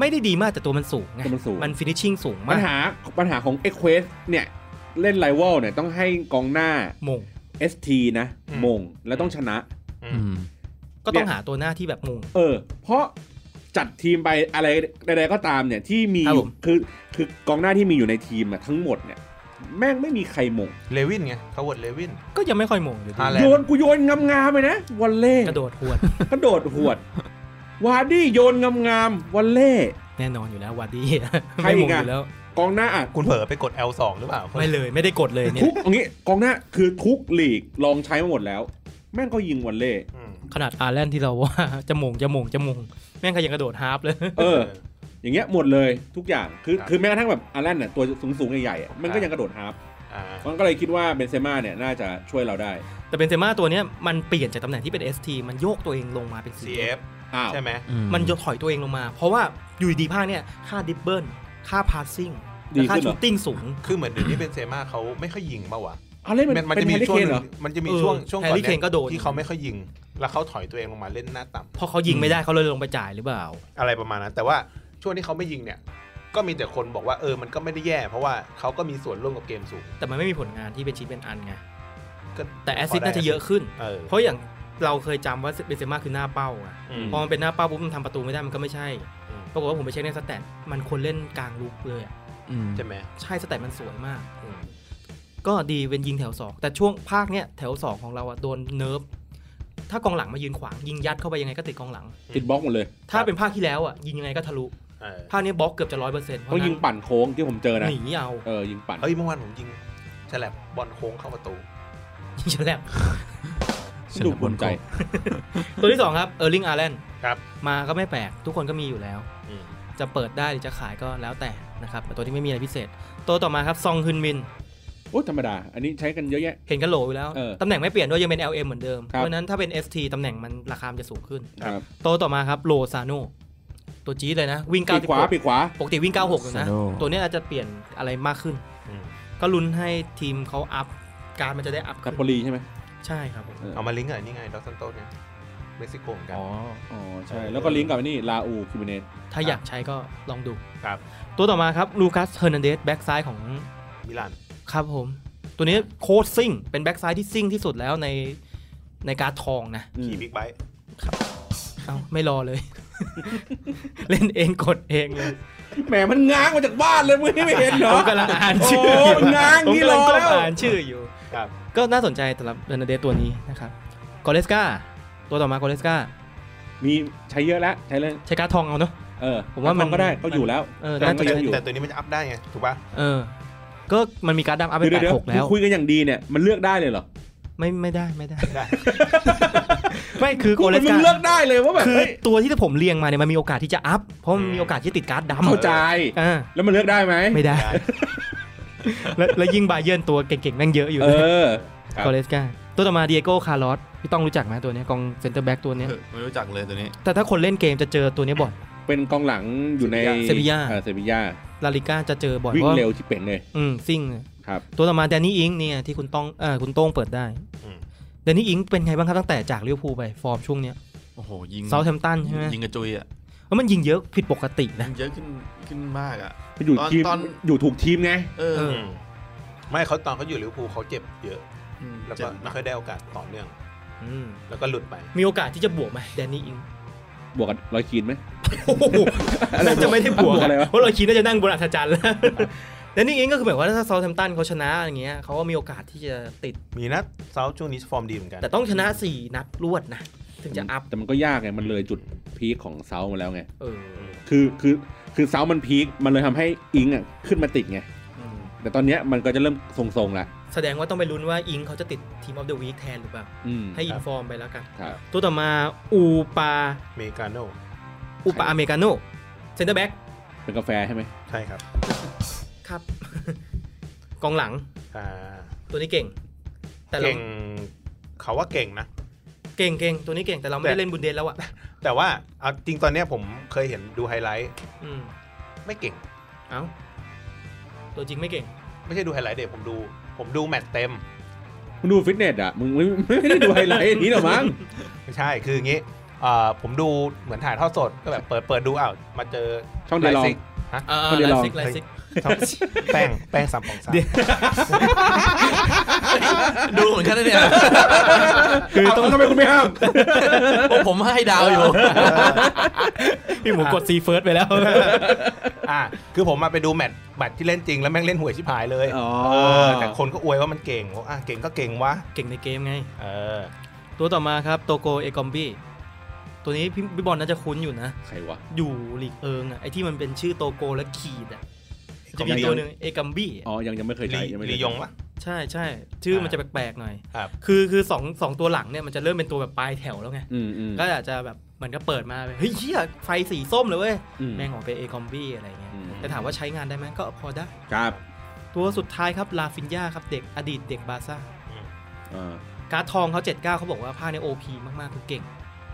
S3: ไม่ได้ดีมากแต่ตัวมันสูงไง
S5: ตัวมันสูง
S3: มันฟินิชชิ่งสูง
S5: ปั
S3: มา
S5: ญ
S3: ก
S5: หาปัญหาของเอ็กเควสเนี่ยเล่นไ i ว a l เนี่ยต้องให้กองหน้า
S3: มง
S5: ST นะ
S2: อืม
S5: มงแล้วต้องชนะ
S4: อืม
S3: ก็ต้องหาตัวหน้าที่แบบมง
S5: เออ เพราะจัดทีมไปอะไรใดๆก็ตามเนี่ยที่มี
S3: ครับผม
S5: คือคือกองหน้าที่มีอยู่ในทีมอะทั้งหมดเนี่ยแม่งไม่มีใครมง
S2: เลวินไงเขาวดเลวิน
S3: ก็ยังไม่ค่อยมงอยู่ดี
S2: ฮาแล
S5: โยนกูโยนงามๆเลยนะวอลเล่
S3: กระโดดหวด
S5: กระโดดหวด วาร์ดี้โยนงามๆวอลเล่
S3: แน่นอนอยู่แล้ววัดดี
S5: ใคร
S3: ไม่
S5: อี
S3: มง
S5: ก
S3: อ
S5: อะ
S3: ยู่แล้ว
S5: กองหน้าอ่ะ
S2: คุณเผลอไปกด L2 หรือเปล่า
S3: ไม่เลยไม่ได้กดเลยเนี่ย
S5: ทุกอย่างงี้กองหน้าคือทุกลีกลองใช้มาหมดแล้ว แม่งก็ยิงวอลเล่
S2: อืม
S3: ขนาดอาร์แลนด์ที่เราว่า จะมงจะมงจะมงแม่งก็ยังกระโดดฮาร์ปเลย
S5: เออ
S2: เออ
S5: อย่างเงี้ยหมดเลยทุกอย่างคือ
S2: ครับ
S5: คือแม้กระทั่งแบบอารันน่ะตัวสูงๆใหญ่ๆอ่ะมันก็
S2: ครับ
S5: ยังกระโดดฮาร์ป
S2: อ่า
S5: มันก็เลยคิดว่าเบนเซม่าเนี่ยน่าจะช่วยเราได้
S3: แต่เป็นเซม่าตัวเนี้ยมันเปลี่ยนจากตำแหน่งที่เป็น ST มันโยกตัวเองลงมาเป็น CF
S2: CF
S5: อ้าว
S2: ใช่ไหม
S3: มันจะถอยตัวเองลงมา เพราะว่าอยู่ดีๆภาคเนี่ยค่าดิบเบิลค่าพาสซิ่ง
S5: ดี
S3: ค่า
S5: ขึ้นเหร
S3: ชู
S5: อ
S3: ตติ้งสูง
S2: คือเหมือนเดี๋ยวนี้เป็นเซม่าเขาไม่ค่อยยิงมาวะ
S5: เอาเล่นมัน
S2: มัน
S5: เป็น
S2: จะ
S5: แฮ
S2: มี
S5: ร์รี่
S2: ช่ว
S5: เค
S2: ง
S5: นเหรอ
S2: มันจะมี
S3: เออ
S2: ช่วงช่วงก่อน
S3: แฮร์รี่
S2: เนี่
S3: เคนก็โดน
S2: ยที่เขาไม่ค่อยยิง แล้วเขาถอยตัวเองลงมาเล่นหน้าต่ำ
S3: เพราะเขายิงไม่ได้เขาเลยลงไปจ่ายหรือเปล่า
S2: อะไรประมาณนั้น แต่ว่าช่วงที่เขาไม่ยิงเนี่ย ก็มีแต่คนบอกว่าเออมันก็ไม่ได้แย่ เพราะว่าเขาก็มีส่วนร่วมกับเกมสูง
S3: แต่มันไม่มีผลงานที่เป็นชิ้นเป็นอันไง
S2: ก็
S3: แต่แอสซิสต์
S2: พ
S3: น่าจะเยอะขึ้น
S2: เออ
S3: เพราะอย่างเราเคยจำว่าเบนเซม่าคือหน้าเป้าอะ
S2: อืม
S3: พอมันเป็นหน้าเป้าปุ๊บมันทำประตูไม่ได้มันก็ไม่ใช่
S2: อืม
S3: ปรากฏว่าผมไปเช็คในสแตทมันควรเล่นกลางลุกเลยอะ
S4: อืม
S2: ใช่ไหม
S3: ใช่สแตทมันสวยมาก
S2: อืม
S3: ก็ดีเป็นยิงแถว 2 แต่ช่วงภาคเนี้ยแถว 2 ของเราอะโดนเนิร์ฟถ้ากองหลังมายืนขวาง ยิงยัดเข้าไปยังไงก็ติดกองหลัง
S5: ติดบล็อกหมดเลย
S3: ถ้าเป็นภาคที่แล้วอะยิงยังไงก็ทะลุ
S2: เออ
S3: ภาคนี้บล็อกเกือบจะร้อยเปอร์เซ็นต์เพ
S5: ต้อ
S3: ราะ
S5: งยิงปั่นโค้งที่ผมเจอ
S3: นั้น
S5: นะ
S3: หนีเอา
S5: เออยิงปั่น
S2: เฮ้ยเมื่อวานผมยิงฉลับบอลโค้งเข้าประตู
S3: ยิงฉลับ
S5: ดูภูมิใจ
S3: ตัวที่สองครับเออร์ลิงอาร์แลน
S2: ครับ
S3: มาก็ไม่แปลก ทุกคนก็มีอยู่แล้ว
S2: อืม
S3: จะเปิดได้หรือจะขายก็แล้วแต่นะครับแต่ตัวนี้ไม่มีอะไรพิเศษ ตัวต่อมาครับซองฮึนมิน
S5: โอ้ธรรมดา อันนี้ใช้กันเยอะแยะ
S3: เห็นกันโหลอยู่แล้ว
S5: เออ
S3: ตำแหน่งไม่เปลี่ยนด้วยยังเป็น LM เหมือนเดิม
S5: ครับ
S3: เพราะฉะนั้นถ้าเป็น ST ตำแหน่งมันราคามันจะสูงขึ้น
S5: ครับ
S3: โตวต่อมาครับโลซาโนตัวจี๊ดเลยนะ วิ่ง
S5: ปีกขวาปี
S3: 96
S5: กขวา
S3: ปกติวิ่ง 96อยู่นะ
S4: Lozano
S3: ตัวเนี้ยอาจจะเปลี่ยนอะไรมากขึ้น
S2: อืม
S3: ก็ลุ้นให้ทีมเขาอัพ การดมันจะได้อัพ
S5: นา
S3: ขึ้น
S5: โปลีใช่ไหม
S3: ใช่ครับผม
S2: เอามาลิงก์กับไอ้นี่ไงดอสซันโตสเนี่ยเม็กซิโกเหมือนกัน
S5: อ๋อใช่ แล้วก็ลิงก์กับไอ้นี่ลาอูคิมเนส
S3: ถ้าอยากใช้ก็ลองดู
S2: ครับ
S3: ตัวต่อมาครับลูคัสเฮอร์นันเดสแบ็กซ้ายของ
S2: มิลาน
S3: ครับผม ตัวนี้โคตรซิ่ง เป็นแบ็กซ้ายที่ซิ่งที่สุดแล้วในในการดทองนะ
S5: อืม
S2: ขี่บิ๊กไบค์
S3: เอาไม่รอเลย เล่นเองกดเองเลย
S5: แหมมันง้างมาจากบ้านเลยมึงไม่เห็นเหร
S3: ผ
S5: อ
S3: มกำลังอ่าน
S5: โอ้
S3: ชื่อ
S5: โหมันง้าง
S3: ผม
S5: ที่
S3: กำ
S5: ร
S3: ลัง
S5: อ
S3: ก้ม
S5: แล้ว
S3: อ่านชื่ออยู่
S2: ครับ
S3: ก็น่าสนใจสำหรับเรนเดสตัวนี้นะครับกอเลสกาตัวต่อมากอเลสกา
S5: มีใช้เยอะแล้วใช้เลย
S3: ใช้การดทองเอาเนาะ
S5: เออ
S3: ผมว่ามัน
S5: ก็ได้ก็อยู่แล้ว
S3: เออ
S5: แต่
S2: แต่
S5: มันก็
S3: น่าจะ
S5: ยังอยู่
S2: แต่ตัวนี้มันจะอัพได้ไงถูกป่ะ
S3: เออ ก็มันมีการดดำอัพไป
S5: เดี๋ย
S3: แป
S5: ว
S3: ด
S5: เดี๋ยว
S3: หก
S5: คื
S3: แล้
S5: อ
S3: ว
S5: คุยกันอย่างดีเนี่ยมันเลือกได้เลยเหรอ
S3: ไม่ไม่ได้ไม่ ได้
S2: ได้
S3: ไม่คือ
S5: พู
S3: โก
S5: ด
S3: เล
S5: เป็
S3: ส
S5: นมึ
S3: กาง
S5: เลือกได้เลยว่าแบบ
S3: คือ
S5: เฮ้ย
S3: ตัวที่ผมเรียงมาเนี่ยมันมีโอกาสที่จะอัพ เพราะมันมีโอกาสที่จะติดการดดำ
S5: เข้าใจ
S3: อ่า
S5: แล้วมันเลือกได้ไหม
S3: ไม่ได้
S2: ได้
S3: แล้วแล้วยิ่งบาเยิร์นตัวเก่งๆแม่งเยอะอยู่
S5: เออ ครับ
S3: กอเลสกาตัวต่อมาเดียโก้คาร์ลอสพี่ต้องรู้จักไหมตัวเนี้ยกองเซนเตอร์แบ็กตัวเนี้ย
S4: ไม่รู้จักเลยตัวนี้
S3: แต่ถ้าคนเล่นเกมจะเจอตัวเนี้ยบ่อย
S5: เป็นกองหลังอยู่ใน
S3: เซบีย่า
S5: ออเซบียา
S3: ลาลิก้าจะเจอบ่อย
S5: วิ่ง
S3: พาะ
S5: เร็วที่เป็นเลย
S3: อืมซิ่งเลย
S5: ครับ
S3: ตัวต่อมาแดนนี่อิงเนี่ยที่คุณต้องเออคุณโต้งเปิดได้
S2: อืม
S3: แดนนี่อิงเป็นไงบ้างครับตั้งแต่จากลิเวอร์พูลไปฟอร์มช่วงเนี้ย
S4: โอ้โห ยิง
S3: เซาท์แฮมป์ตันใช่ไหม
S4: ยิงกระจุยอ่ะ
S3: แล้วมันยิงเยอะผิดปกติ
S4: ยิ
S3: นะ
S4: งเยอะขึ้นขึ้นมากอ่ะ
S5: ไปอยู่
S4: ตอน
S5: ทีม
S4: ตอน
S5: อยู่ถูกทีมไง
S4: เออ
S3: เออ
S2: อืมไม่เขาตอนเขาอยู่ลิเวอร์พูลเขาเจ็บเยอะ
S4: ม
S2: แล้ว
S4: เจ็
S2: ก็
S4: บ
S2: ไม่ค่อยได้โอกาสต่อเนื่อง
S3: อืม
S2: แล้วก็หลุดไป
S3: มีโอกาสที่จะบวกไหมแดนนี่อิง
S5: บวกกับร้อยคีนไหม
S3: น่าจะไม่ได้บวก
S5: บวกอะไรวะ
S3: เพราะเราคิดน่าจะนั่งบนอัศจรรย์แล้ว แดนนี่อิงก็คือหมายความว่าถ้าเซาท์แฮมป์ตันเขาชนะอย่างเงี้ยเขาก็มีโอกาสที่จะติด
S2: มีนะเซาท์ช่วงนี้ฟอร์มดีเหมือนกัน
S3: แต่ต้องชนะสี่นัดรวดนะถึงจะอัพ
S5: แต่มันก็ยากไง มันเลยจุดพีคของเซามาแล้วไง
S3: เออ
S5: คือคือ คือเซามันพีคมันเลยทำให้อิงอ่ะขึ้นมาติดไง แต่ตอนเนี้ยมันก็จะเริ่มทรงๆละ
S3: แสดงว่าต้องไปลุ้นว่าอิงเขาจะติดทีมออฟเดอะวีคแทนหรือเปล่า
S5: อืม
S3: ให้อินฟอร์มไปแล้วกัน
S5: ครับ
S3: ตัวต่อมาอูปา
S2: เมกาโน่
S3: อูปาอเมริกาโน่เซนเตอร์แบ็ก
S5: เป็นกาแฟใช่ไหม
S2: ใช่ครับ
S3: ครับ กองหลัง
S2: อ่า
S3: ตัวนี้เก่ง แต่เรา
S2: เก่งเขาว่าเก่งนะ
S3: เก่งเก่งตัวนี้เก่งแต่เราไม่
S2: แต่
S3: ได้เล่นบุนเดนแล้วอะ
S2: แต่ว่าเอาจริงตอนเนี้ยผมเคยเห็นดูไฮไลท์
S3: อืม
S2: ไม่เก่ง
S3: เอ้าตัวจริงไม่เก่ง
S2: ไม่ใช่ดูไฮไลท์เด็กผมดู ผมดูแมตช์เต็ม
S5: มึงดูฟิตเนสอ่ะ มึงไม่ไม่ได้ดูไฮไลท์อันนี้หรอมั้ง
S2: ไม่ใช่ คืออย่างงี้เอ่อผมดูเหมือนถ่ายทอดสด ก็แบบเปิดเปิดดูอ้าวมาเจอ
S5: ช่องเดลอง
S2: ไลฟ์ ซิก
S3: เออ
S5: คนเดียวล
S3: ไล
S5: อง
S3: ซิกไลซิก
S2: ช่องแป้งแป้งสามของสาม
S4: ดูเหมือนกันนะเนี่ย
S5: คือต้องทำไมคุณไม่ห้าม
S4: โอ้ผมให้ดาวอยู่
S3: พี่หมูกดซีเฟิร์สไปแล้ว
S2: อ่ะคือผมมาไปดูแมตช์แมตช์ที่เล่นจริง แล้วแม่งเล่นห่วยชิบหายเลย
S5: อ๋อ
S2: เออแต่คนก็อวยว่ามันเก่งผมอ่ะเก่งก็เก่งวะ
S3: เก่งในเกมไง
S2: เออ
S3: ตัวต่อมาครับโตโกเอกอมบี้ตัวนี้พี่พี่บอลน่าจะคุ้นอยู่นะ
S5: ใครวะ
S3: อยู่ลีกเอิงอะไอที่มันเป็นชื่อโตโกและขีดอะจะมี
S5: ลีกเอิง
S3: ตัวหนึ่งเอกอมบี้อะ
S5: อ๋อ ยังยังไม่เคยใช้ยังไม่
S2: ลี
S5: เค
S2: ลี
S5: ใช้
S2: ยงวะ
S3: ใช่ใช่ชื่อมัน
S2: อ่า
S3: จะแปลกๆหน่อย
S2: ครับ
S3: คือคือสองสองตัวหลังเนี่ยมันจะเริ่มเป็นตัวแบบปลายแถวแล้วไง
S5: อืมอืม
S3: ก็อาจจะแบบเหมือนก็เปิดมาเฮ้ยเหี้ยไฟสีส้มเลยเว้ย
S5: อืม
S3: แม่งออกเป็นเอกอมบี้อะไรเงี้ย
S5: อืม
S3: แต่ถามว่าใช้งานได้ไหมก็พอได้
S5: ครับ
S3: ตัวสุดท้ายครับลาฟินยาครับเด็กอดีตเด็กบาร์ซ่า
S5: อ่า
S3: การ์ดทองเขา 79 เขาบอกว่าภาคใน OP มาก ๆ คือเก่ง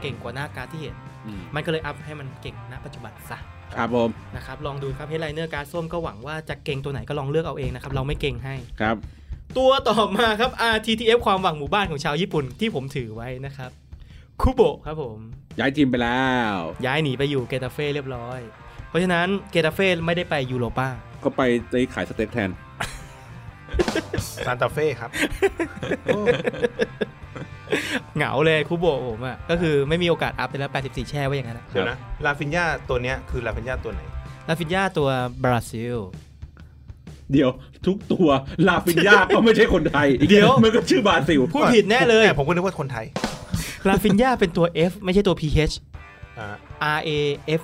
S3: เก่งกว่าหน้าการ์ดที่เห็น
S5: อืม
S3: มันก็เลยอัพให้มันเก่งณปัจจุบันซะ
S5: ครับผม
S3: นะครับ ลองดูครับเฮดไลเนอร์การ์ดส้มก็หวังว่าจะเก่งตัวไหนก็ลองเลือกเอาเองนะครับ เราไม่เก่งให้
S5: ครับ
S3: ตัวต่อมาครับ RTTF ความหวังหมู่บ้านของชาวญี่ปุ่นที่ผมถือไว้นะครับคุโบะครับผม
S5: ย้ายทีมไปแล้ว
S3: ย้ายหนีไปอยู่เกตาเฟ่เรียบร้อย เพราะฉะนั้นเกตาเฟ่ไม่ได้ไปยูโรป้า
S5: ก็ไปไปขายสเต็กแทน
S2: ซานตาเฟ่ครับ
S3: เหงาเลยคุโบะผมอะก็คือไม่มีโอกาสอัพไปแล้ว 84 แช่ไว้อย่างนั้นอะ
S2: เดี๋ยวนะลาฟินยาตัวเนี้ยคือลาฟินยาตัวไหน
S3: ลาฟินยาตัวบราซิล
S5: เดี๋ยวทุกตัวลาฟินยาก็ไม่ใช่คนไทย
S3: เดี๋ยว
S5: มันก็ชื่อบราซิล
S3: พูดผิดแน่เลย
S2: แต่ผมก็นึกว่าคนไทย
S3: ลาฟินยาเป็นตัว F ไม่ใช่ตัว PH
S2: อ่า
S3: R A F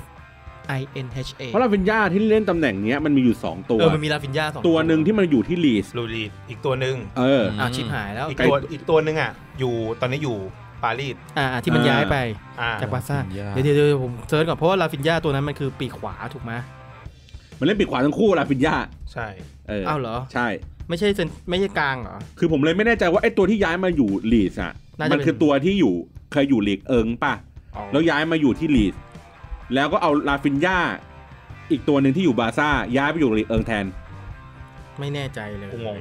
S3: I N H A
S5: เพราะลาฟินยาที่เล่นตำแหน่งเนี้ยมันมีอยู่สองตัว
S3: เออมันมีลาฟินยาสอง
S5: ตัวหนึ่งที่มันอยู่ที่ลีส
S2: ลูรีดอีกตัวหนึ่ง
S5: เออ
S3: อ่าชิบหายแล้ว
S2: อีกตัวอีกตัวหนึ่งอ่ะ อยู่ตอนนี้อยู่ปารีส
S3: อ่าที่มันย้ายไป
S2: อ่า
S3: จากบาร์ซ่า
S4: ลาฟินยา
S3: เดี๋ยวเดี๋ยวเดี๋ยวผมเซิร์ชก่อน เพราะว่าลาฟินยาตัวนั้นมันคือปีกขวาถูกไหม
S5: มันเล่นปีกขวาทั้งคู่ลาฟินยา
S2: ใช่
S5: เออ
S3: อ้าวเหรอ
S5: ใช่
S3: ไม่ใช่เซนไม่ใช่กลางเหรอ
S5: คือผมเลยไม่แน่ใจว่าไอ้ตัวที่ย้ายมาอยู่ลีสอ่ะ
S3: น่าจะเป็น
S5: มันคือตัวที่อยู่เคยอยู่ลีกเอิงป่ะ แล้วย้ายมาอยู่ที่ลีดแล้วก็เอาลาฟินยาอีกตัวหนึ่งที่อยู่บาร์ซ่าย้ายไปอยู่ลีกเอิงแทน
S3: ไม่แน่ใจเลย
S2: กูงง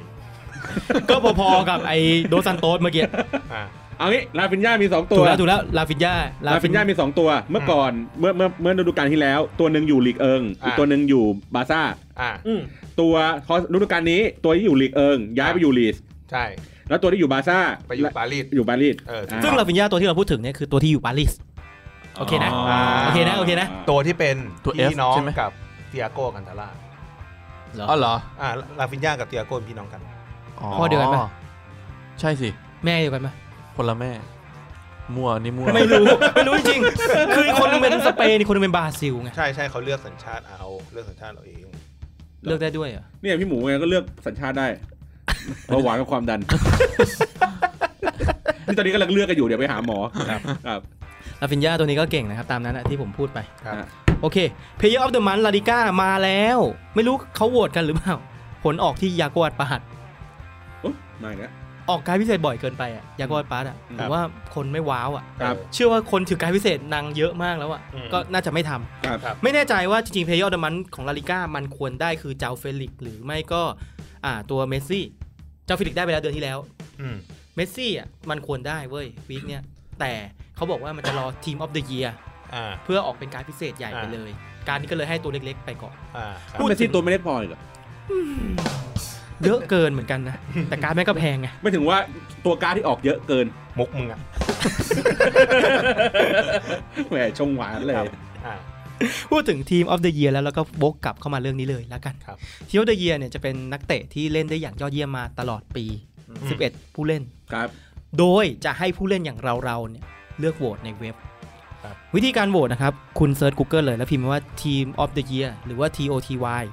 S3: ก็พอๆกับไอ้โดซันโตสเมื่อกี้
S2: อ่า
S5: เอางี้ลาฟินยามีสองตั
S3: ถู
S5: ว
S3: กแล้วถูกแล้วลาฟินยา
S5: ลาฟินยามีสองตัว เมื่อก่อนเมื่อเมื่อเมื่อฤดูกาลที่แล้ว ตัวหนึ่งอยู่ลีกเอิง
S2: อ่า
S5: อีกตัวหนึ่งอยู่บาร์ซ่า
S2: อ่า
S3: อืม
S5: ตัวคอสฤดูกาลนี้ตัวที่อยู่ลีกเอิง ย้ายไปอยู่ลีดส
S2: ใช่
S5: แล้วตัวที่อยู่บาร์ซ่า
S2: ไปอยู่ปารีส
S5: อยู่ปารีส
S2: เออ
S5: อ่า
S3: ซึ่งลาฟินยาตัวที่เราพูดถึงเนี่ยคือตัวที่อยู่ปารีสโอเคนะ
S5: า
S3: โอเคนะโอเคนะ
S2: ตัวที่เป็น
S4: ตัว F
S2: พี่น้อง
S4: ใช่ไหม
S2: กับเตียโกกันตาล่า
S4: อ๋อเหรอ
S2: อ่าลาฟินยากับเตียโกเป็นพี่น้องกัน
S3: พ่อเดียวกันปะ
S4: ใช่สิ
S3: แม่เดียวกันปะ
S4: คนละแม่ มั่วนี่มั่ว
S3: ไม่รู้ไม่รู้จริงๆคือคนหนึงเป็นสเปนอีกคนหนึงเป็นบราซิลไง
S2: ใช่ใช่เขาเลือกสัญชาติเอาเลือกสัญชาติเราเอง
S3: เลือกได้ด้วยเหรอ
S5: เนี่ยพี่หมูไงก็เลือกสัญชาติได้เบาหวานกับความดันที่ตอนนี้กำลังเลือกกันอยู่เดี๋ยวไปหาหมอครับ
S3: ลาฟินยาตัวนี้ก็เก่งนะครับ ตามนั้นอะที่ผมพูดไป
S2: ครับ
S5: อ่ะ
S3: โอเค Player of the Month ลาดิก้ามาแล้ว ไม่รู้เขาโหวตกันหรือเปล่า ผลออกที่ยากวัดประหัด
S5: โอ๊ยมาอีกแล้ว
S3: ออกการดพิเศษบ่อยเกินไปอะยากวัดประหัดอะ
S5: ครับ
S3: ผมว่าคนไม่ว้าวอะ
S5: ครับ
S3: เชื่อว่าคนถือการดพิเศษนางเยอะมากแล้วอะก็น่าจะไม่ทำ
S5: ครับ
S3: ไม่แน่ใจว่าจริงๆ Player of the Month ของลาลิก้ามันควรได้คือเจ้าเฟลิกซ์หรือไม่ก็อ่าตัวเมสซี่ เจ้าเฟลิกซ์ได้ไปแล้วเดือนที่แล้ว
S2: อืม
S3: เมสซี่อ่ะมันควรได้เว้ยวีคเนี้ยแต่เขาบอกว่ามันจะรอทีมออฟเดอะเยีย
S2: อ่า
S3: เพื่อออกเป็นการดพิเศษใหญ่ไป
S2: อ่า
S3: เลย การนี้ก็เลยให้ตัวเล็กๆ ไปก่อน
S2: อ่าครับ
S5: พูดที่ตัวไม่ได้พออีกเหรอ
S3: เยอะเกินเหมือนกันนะ แต่การดแม่งก็แพงไง
S5: ไม่ถึงว่าตัวการดที่ออกเยอะเกิน
S2: มุกมึงอ่ะ
S5: แหมชงหวานเลย
S2: ครับอ่า
S3: พูดถึงทีมออฟเดอะเยียแล้วเราก็วกกลับเข้ามาเรื่องนี้เลยแล้วกัน
S2: ครับ
S3: ทีมออฟเดอะเยียเนี่ยจะเป็นนักเตะที่เล่นได้อย่างยอดเยี่ยมมาตลอดปี 11 ผู้เล่น
S5: ครับ
S3: โดยจะให้ผู้เล่นอย่างเราๆเนี่ยเลือกโหวตในเว็บ
S2: ครับ
S3: วิธีการโหวตนะครับ คุณเซิร์ช Google เลยแล้วพิมพ์ว่า Team of the Year หรือว่า TOTY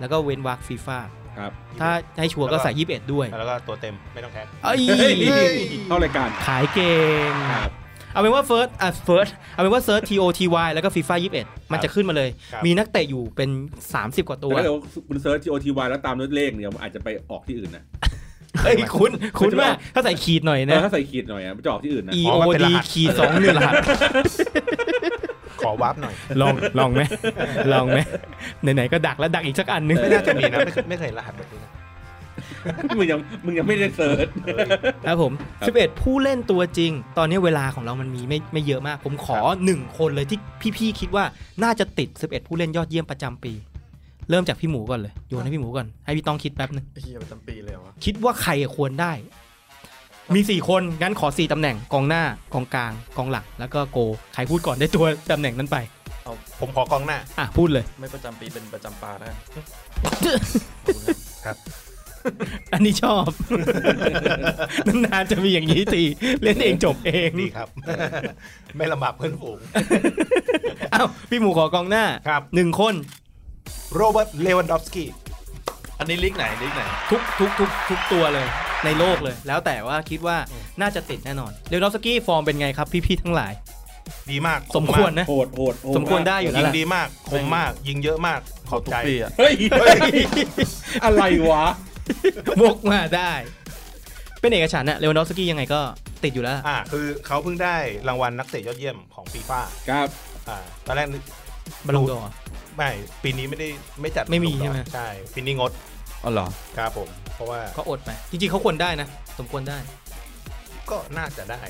S3: แล้วก็เว้นวรรคฟีฟ่า
S5: ครับ
S3: ถ้าให้ชัวร์ก็ใส่ 21 ด้วย
S2: แล้วก็ตัวเต็มไม่ต้องแท็ก
S3: เอ้ย
S5: เข้ารายการ
S3: ขายเกม
S5: ครับ
S3: เอาเป็นว่า first อ่ะ first เอาเป็นว่า search TOTY แล้วก็ FIFA 21 มันจะขึ้นมาเลย
S2: ครับ
S3: มีนักเตะอยู่เป็น 30 กว่าตัว
S5: แต่ถ้าเกิดว่าคุณเซิร์ช GOTY แล้วตามด้วยเลขเนี่ยมันอาจจะไปออกที่อื่นนะ
S3: เฮ้ยคุ้นคุ้นมากถ้าใส่ขีดหน่อย
S5: เอ
S3: นะ
S5: อถ้าใส่ขีดหน่อยอะมันจะออกที่อื่นนะ
S3: E
S2: อ๋อ
S3: O
S2: มันเป็น
S3: D
S2: รหัส
S3: ขีดสองหนึ่งรหัส
S2: ขอวาร์ปหน่อย
S3: ลองลองไหมลองไหมไหนๆก็ดักแล้วดักอีกสักอันหนึง
S2: ไม่น่าจะมีนะไม่เคยไม่เคยเห็นรหัสแบบนี้นะ
S5: มึงยังมึงยังไม่ได้เซิร์ช
S3: ครับผม
S5: ครับ
S3: 11 ผู้เล่นตัวจริง ตอนนี้เวลาของเรามันมีไม่ไม่เยอะมาก ผมขอ 1 คนเลยที่พี่ๆคิดว่าน่าจะติด 11 ผู้เล่นยอดเยี่ยมประจำปี เริ่มจากพี่หมูก่อนเลย โยนให้พี่หมูก่อน ให้พี่ต้องคิดแป๊บนึง
S4: ไอ้เฮียประจำปีเลยวะ
S3: คิดว่าใครควรได้ มี 4 คน งั้นขอ 4ตำแหน่ง กองหน้า กองกลาง กองหลัก แล้วก็โก ใครพูดก่อนได้ตัวตำแหน่งนั้นไป
S2: ผมขอกองหน้า
S3: อ่ะ พูดเลย
S4: ไม่ประจำปีเป็นประจำปาแล้ว
S3: อันนี้ชอบ นานๆจะมีอย่างนี้ทีเล่นเองจบเอง
S2: ดีครับ ไม่ลำบากเพื่อนฝูง
S3: เอ้าพี่หมูขอกองหน้า
S2: ครับ
S3: หนึ่งคน
S2: โรเบิร์ต เลวันดอฟสกี้
S4: อันนี้ลิกไหนลิกไหน
S3: ทุกทุกทุกทุกตัวเลยในโลกเลย แล้วแต่ว่าคิดว่าน่าจะติดแน่นอน เลวดอฟสกี้ฟอร์มเป็นไงครับ พี่ ๆ ทั้งหลาย
S2: ดีมาก
S3: สมควรนะ
S5: โหดโหดโหด
S3: สมควรได้อยู่แล้
S2: ยิ
S3: ว
S2: ง
S3: แหละ
S2: ดีมาก คมมาก ยิงเยอะมาก ขอบ
S4: ทุ
S2: ใจ
S4: กปีอ่ะ
S5: เฮ้ยเฮ้ย อะไรวะ
S3: วกมาได้ เป็นเอกฉันท์นะเลวดอฟสกี้ยังไงก็ติดอยู่แล้ว
S2: อ่า คือเขาเพิ่งได้รางวัลนักเตะยอดเยี่ยมของฟีฟ่า
S5: ครับ
S2: อ่า ตอนแรกนึก
S3: บอลลงดอร์
S2: ไม่ ปีนี้ไม่ได้ไม่จัด
S3: ไม่มี
S2: ลูกดอก
S3: ใช่ไหม
S2: ใช่ ปีนี้งด
S4: อ๋อเหรอ
S2: ครับผม เพราะว่า
S3: ก็อดไป จริง ๆ เขาควรได้นะ สมควรได้
S2: ก็น่าจะได้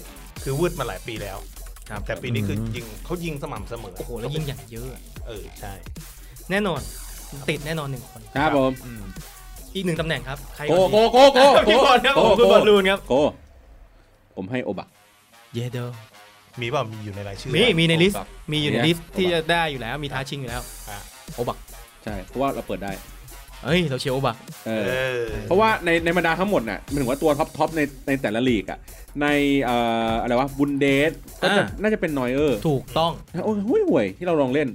S2: คือวืดมาหลายปีแล้ว
S3: ครับ
S2: แต่ปีนี้คือ
S4: ม
S2: ยิงเขายิงสม่ำเสมอ
S3: โอ้โห แล้วยิงอย่างเยอะ
S2: เออ ใช่
S3: แน่นอน ติดแน่นอนหนึ่งคน
S5: ครับผม
S3: อีกหนึ่งตำแหน่งครับ ใคร
S5: โก
S3: ก่อน
S5: โกโกโกโก
S3: ดีพี่บอลครับผมคุณบอลลูนครับ
S5: โกผมให้โอบะ
S3: เยเดอ
S2: มีเปล่ามีอยู่ในรายชื่อ
S3: มีมีในลิสต์
S5: ครับ
S3: มีอยู่ใน
S5: เนี่ย
S3: ลิสต์ที่
S5: ผม
S3: จะ
S5: ว่า
S3: ได้อยู่แล้วมีท้าชิงอยู่แล้ว
S2: อ่ะ
S3: โอบัก
S5: ใช่ เพราะว่าเราเปิดได้
S3: เอ้ยเราเชียร์โอบัก
S5: เอ
S2: เอ
S5: อ
S2: อ
S5: เพราะว่าในในบรรดาทั้งหมดน่ะหมายถึงว่าตัวท็อปท็อปในในแต่ละลีกอ่ะ ในเอ่ออะไรวะบุนเดสก็จะ
S3: อ่า
S5: น่าจะเป็นนอยเออร์
S3: ถูกต้อง
S5: โอ้ยห่วยห่วยที่เราลองเล่น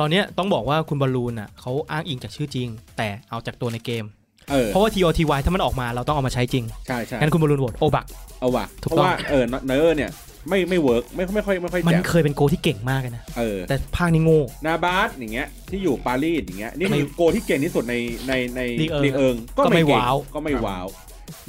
S3: ตอนเนี้ยต้องบอกว่าคุณบอลลูนอ่ะเขาอ้างอิงจากชื่อจริง แต่เอาจากตัวในเกม
S5: เออ
S3: เพราะว่า TOTY ถ้ามันออกมาเราต้องเอามาใช้จริง
S5: ใช่ใช่
S3: งั้นคุณบอลลูนโหวตโอบัก
S5: เอาว่ะ
S3: ถูก
S5: เพ
S3: ต้
S5: ราะ
S3: อง
S5: ว่าเออนอยเออร์เนี่ย ไม่ไม่เวิร์กไม่ไม่ค่อยไม่ค่อย
S3: มัน
S5: แจ่ม
S3: เคยเป็นโกที่เก่งมากเลยนะ
S5: เออ
S3: แต่ภาคนี้โง่
S5: นาบาสอย่างเงี้ยที่อยู่ปารีสอย่างเงี้ยนี่คือ
S3: ไม่
S5: โกที่เก่งที่สุดในในใน
S3: ลีกเอิง
S5: กเอิง
S3: ก็ไม่
S5: เก่ง
S3: ว้าว
S5: ก็ไม่ว้าว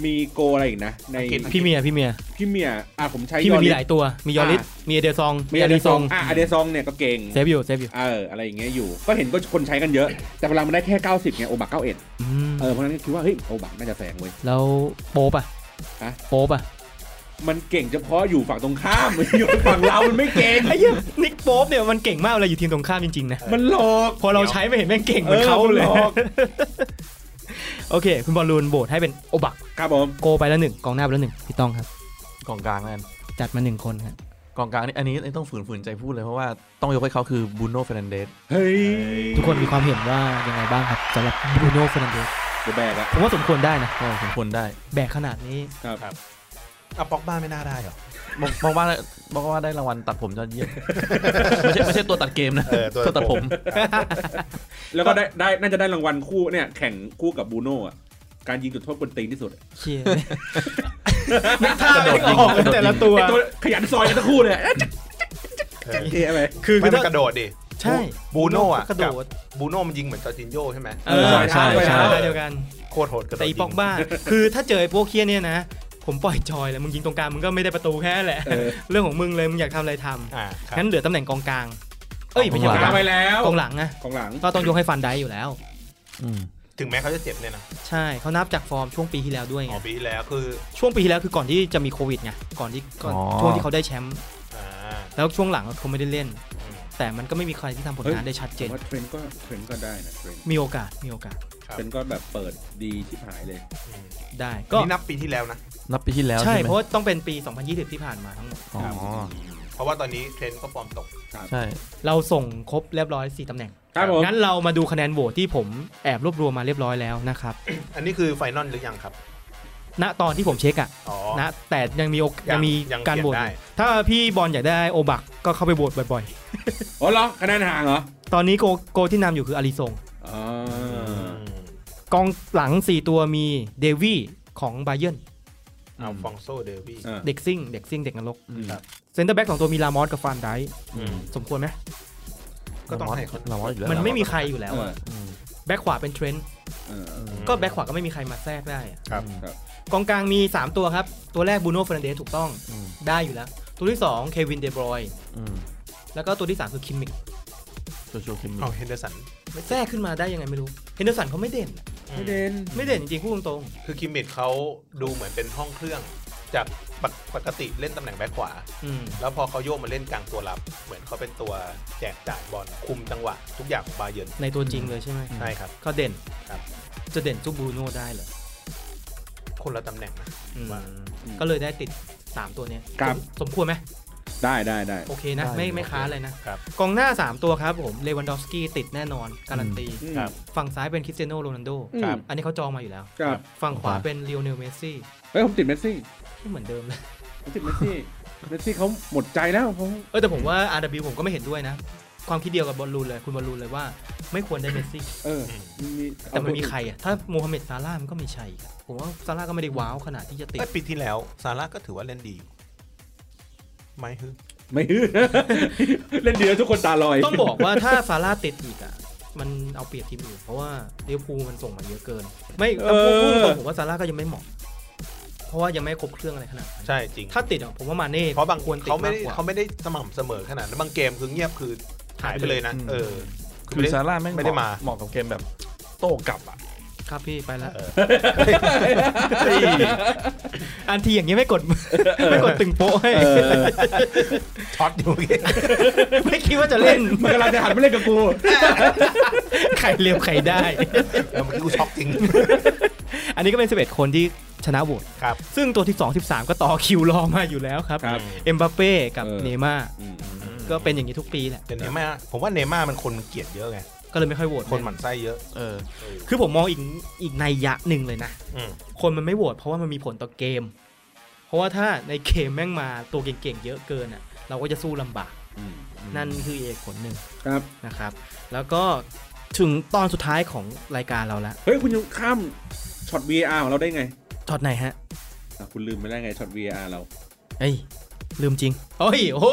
S5: มีโกอะไรอีกนะ ใน
S2: อังกฤษ
S3: พี่เมียพี่เมีย
S5: พี่เมียอ่ะผมใช้
S3: พี่
S5: ยอย ด
S3: เมีมี
S5: ลิ
S3: หลายตัวมียอริสมีอเดซอง
S5: มีอเดซองอ่ะอเดซองเนี่ยก็เก่ง
S3: เซฟอยู่เซฟอยู่
S5: เอออะไรอย่างเงี้ยอยู่ ก็เห็นก็คนใช้กันเยอะ แต่พลังมันได้แค่ 90ไงโอบัก91
S3: อืม
S5: เออเพราะฉะนั้นคิดว่าเฮ้ยโอบักน่าจะแซงเว้ย
S3: แล้วโป๊ปอ่ะ
S5: ฮะ
S3: โป๊ปอ่ะ
S5: มันเก่งเฉพาะอยู่ฝั่งตรงข้าม อยู่ฝั่งเรามันไม่เก่ง
S3: ไอ้เหี้ยนิกโป๊ปเนี่ยมันเก่งมากเวลาอยู่ทีมตรงข้ามจริงๆนะ
S5: มันหลอก
S3: พอเราใช้ไม่เห็นแม่งเก่งเหมือนเขาเลย
S5: ออมันหอก
S3: โอเค คุณบอลลูนโหวตให้เป็นโอบัก
S5: ครับผม
S3: โกไปแล้วหนึ่งกองหน้าไปแล้วหนึ่งพี่ต้องครับ
S4: กองกลางนั่น
S3: จัดมาหนึ่งคนครับ
S4: กองกลางนี่อันนี้อันนี้ต้องฝืนฝืนใจพูดเลยเพราะว่าต้องยกให้เขาคือบูโน่เฟรนเดส
S5: เฮ้ย
S3: ทุกคนมีความเห็นว่ายังไงบ้างครับสำหรับบูโน่เฟรนเดส
S5: เดอะแบกอะ
S3: ผมว่าสมควรได้นะ
S4: ก็สมควรได้
S3: แบกขนาดนี้
S5: ครับ
S2: อ่ะปอกบ้าไม่น่าได้เหรอ
S4: บอกบอกว่าบอกว่าได้รางวัลตัดผมยอดเยี่ยม ไม่ใช่ไม่ใช่ตัวตัดเกมนะ
S2: เออตัวตัด
S4: ตัดผม
S5: แล้วก็ได้ได้น่าจะได้รางวัลคู่เนี่ยแข่งคู่กับบรูโน่อะการยิงจุดโทษบนตีนที่สุด
S3: เชียร์
S5: นึกภาพ
S4: กระโดดยิง
S5: ออก
S4: กระโดด
S3: แต่
S4: ยิ
S3: ละ
S4: ง
S3: ตัว
S5: ไอ้ตัวขยันซอยกันทั้งคู่เลยอะ
S2: เออ
S5: เท่ไหม
S3: คือ
S2: ไม่
S3: คือ
S2: มัน
S3: ถ้าก
S2: ระโดดดิ
S3: ใช่
S2: บูโน่อะ
S3: กระโด
S2: กับ
S3: ด
S2: บูโน่มันยิงเหมือนจอร์จินโยใช่ไหม
S3: เออ
S5: ซอย
S3: ใช่
S5: เท้าซอย
S3: ใช่
S5: เท้า
S3: ใช่เดียวกัน
S2: โคตรโหดกระโดด
S3: แต่อี
S2: ยิง
S3: ปอก บ้า คือถ้าเจอไอ้พวกเคี้ยเนี่ยนะ ผมปล่อยจอยเลยมึงยิงตรงกลางมึงก็ไม่ได้ประตูแค่นั้นแหละ
S5: เออ
S3: เรื่องของมึงเลยมึงอยากทำอะไรทำ
S2: อ่าครับ
S3: งั้นเหลือตำแหน่งกองกลาง เอ้ยไม่ใช่กอง
S5: ตา
S3: กลาม ง
S5: ไปแล้ว
S3: กองหลังอะ
S5: ของหลัง
S3: ก็ต้องยกให้ฟันได้อยู่แล้ว
S4: อืม
S2: ถึงแม้เขาจะเจ็บเนี่ยนะ
S3: ใช่เขานับจากฟอร์มช่วงปีที่แล้วด้วย
S2: อ๋
S3: ไง
S2: อปีที่แล้วคือ
S3: ช่วงปีที่แล้วคือก่อนที่จะมีโควิดไงก่อนที่ก่อนช่วงที่เขาได้แชมป์
S2: อ่า
S3: แล้วช่วงหลังเขาไม่ได้เล่น
S2: อืม
S3: แต่มันก็ไม่มีใครที่ทำผลงานได้ชัดเจ
S5: ผม
S3: น
S5: ว่าเทรนด์ก็เทรนด์ก็ได้นะเทรนด์
S3: มีโอกาสมีโอกาส
S5: เทรนด์ก็แบบเปิดดีที่หายเลย
S2: อืม
S3: ได้ก็
S2: นี่นับปีที่แล้วนะ
S4: นับปีที่แล้ว
S3: ใช่
S4: ใช่ไหม
S3: เพราะว่าต้องเป็นปี 2020 ที่ผ่านมาทั้งหมด
S4: อ๋อ
S2: เพราะว่าตอนนี้เทรนด์ก็ฟอร์มตก
S4: ใช่
S3: เราส่งครบเรียบร้อย 4ตำแหน่ง
S5: ครับผม
S3: งั้นเรามาดูคะแนนโหวตที่ผมแอบรวบรวมมาเรียบร้อยแล้วนะครับ
S2: อันนี้คือไฟนอลหรือยังครับ
S3: ณตอนที่ผมเช็คอะ
S2: อ๋อ
S3: นะแต่ยังมีโอก
S2: ยัง
S3: ยังมี
S2: ยัง
S3: การโหวต
S2: เปลี่ยนได้
S3: ถ้าพี่บอลอยากได้โอบักก็เข้าไปโหวตบ่อย
S5: อ๋อเหรอคะแนนห่างเหรอ
S3: ๆ ตอนนี้โกโกที่นำอยู่คืออาริซง
S5: อ๋อ
S3: กองหลัง 4 ตัวมีเดวี่ของไบาเยร์น
S2: อัลฟองโซเดวี่
S5: อ่ะ
S3: เด็กซิ่ง เด็กซิ่ง เด็กนรก
S5: อืม
S2: ครับ
S3: เซนเตอร์แบ็กสองตัวมีลามอสกับฟานไดค์
S2: อืม
S3: สมควรไหม
S2: ก็ต้องให้เขา
S4: เราว่าอยู่แล้ว
S3: มันไม่มีใครอยู่แล้วอะ
S4: อืม
S3: แบ็กขวาเป็นเทรนด์
S5: เออเออ
S3: ก็แบ็กขวาก็ไม่มีใครมาแทรกได้อะ
S2: ครับ
S5: ครับ
S3: กองกลางมี 3 ตัวครับ ตัวแรกบูโน่เฟรนเดสถูกต้อง
S4: อืม
S3: ได้อยู่แล้ว ตัวที่ 2 เควินเดบรอยน์
S4: อืม
S3: แล้วก็ตัวที่ 3 คือคิมมิก
S4: โจโจคิมมิ
S2: เอาเฮนเดอร์สัน
S3: แทรกขึ้นมาได้ยังไงไม่รู้เฮนเดอร์สันเขาไม่เด่นอะ
S5: ไม่เด่น
S3: ไม่เด่นจริงๆพูดตรง
S2: คือคิมมิดเขาดูเหมือนเป็นห้องเครื่อง จากปกปกติเล่นตำแหน่งแบ็คขวา
S3: ๆอืม
S2: แล้วพอเขาโยกมาเล่นกลางตัวรับ เหมือนเขาเป็นตัวแจกจ่ายบอลคุมจังหวะ ทุกอย่างของบาเยิร์น
S3: ในตัวจริงเลยใช่ไหม
S2: ใช่ครับ
S3: เขาเด่น
S2: ครับ
S3: จะเด่นจุบบูโน่ได้เหรอ
S2: คนละตำแหน่งนะ ว่า
S3: ก็เลยได้ติด 3 ตัวเนี้ย
S5: ครับ
S3: สมควรไหม
S5: ได้ได้ได้
S3: โอเคนะ ไม่ไม่ค้าเลยนะ
S2: ครับ
S3: กองหน้า 3 ตัวครับผมเลวันดอฟสกี้ติดแน่นอน การันตี
S5: อืมครับ
S3: ฝั่งซ้ายเป็นคริสเตียโนโรนัลโด
S5: ครับ
S3: อันนี้เขาจองมาอยู่แล้ว
S5: ครับ
S3: ฝั่งขวาเป็นเลโอเนลเมสซี่
S5: เอ้ยผมติดเมสซี่
S3: ที่เหมือนเดิมเลย
S5: ผมติดเมสซี่เมสซี่เขาหมดใจแล้วเขา
S3: เออแต่ผมว่า RW ผมก็ไม่เห็นด้วยนะ ความคิดเดียวกับบอลลูนเลย คุณบอลลูนเลยว่าไม่ควรได้เมสซี่
S5: เออมี
S3: แต่มันมีใครอ่ะ ถ้าโมฮัมเหม็ดซาร่าห์มันก็มีชัยครับผมว่าซาร่าห์ก็ไม่ได้ว้าวขนาดที่จะติด
S2: แต่ปีที่แล้วซาร่าก็ถือว่าเล่นดีไหมฮึ
S5: ไม่ เล่นเดียวทุกคนตาลอย
S3: ต้องบอกว่าถ้าซาร่าติดอีกอ่ะ มันเอาเปรียบทีมอื่นเพราะว่าเลี้ยวภูลมันส่งมาเยอะเกิน ไม่แต่พูดพูดตรงๆผมว่าซาร่าก็ยังไม่เหมาะ เพราะว่ายังไม่ครบเครื่องอะไรขนาดนั้น
S2: ใช่จริง
S3: ถ้าติดอ่ะผมว่ามาเน่
S2: เพราะบางค
S3: ควร
S2: น
S3: ติด
S2: เขาไม่
S3: มาก
S2: ได้
S3: กว่า
S2: เขาไม่ได้สม่ำเสมอขนาดนั้นบางเกมคือเงียบคือหายไปเลยนะ เออ
S4: คือซาร่าแม่ง
S2: ไม่ได้มา
S4: เหมาะกับเกมแบบโต้กลับอ่ะ
S3: ครับพี่ไปแล้วอันทีอย่างนี้ยไม่กด ไม่กดตึงโป๊ะให้
S5: เออ
S2: ช็อตอยู่เมื่อกี้
S3: ไม่คิดว่าจะเล่น
S5: มันกำลังจะหันมาเล่นกับกู
S3: ใครเร็วใครได้
S2: เออเมื่อกี้กูช็อกจริง
S3: อันนี้ก็เป็น11คนที่ชนะโหวต
S2: ครับ
S3: ซึ่งตัวที่2 13 ก็ต่อคิวรอมาอยู่แล้วครับ
S5: ครับ
S3: เอ็มบัปเป้กับ
S5: เออ
S3: เนย์ม่าร์
S5: อืม
S3: ก็เป็นอย่างนี้ทุกปีแหละ
S2: แต่เนม่าผมว่าเนม่ามันคนเกลียดเยอะไง
S3: ก็เลยไม่ค่อยโหวต
S2: คนหมั่นไส้เยอะ
S4: เออ
S3: คือผมมองอีกอีกในยยะหนึ่งเลยนะ
S2: อืม
S3: คนมันไม่โหวตเพราะว่ามันมีผลต่อเกม เพราะว่าถ้าในเกมแม่งมาตัวเก่งๆเยอะเกินอ่ะ เราก็จะสู้ลำบาก
S5: อืม
S3: นั่นคือเอกผลหนึ่ง
S5: ครับ
S3: นะครับ แล้วก็ถึงตอนสุดท้ายของรายการเราแล้ว
S5: เฮ้ย คุณยังข้ามช็อต VR ของเราได้ไง
S3: ช็อตไหนฮะ
S5: อ่ะคุณลืมไปได้ไงช็อต VR เรา
S3: เอ้ย ลืมจริงโอ้ยโอ้โห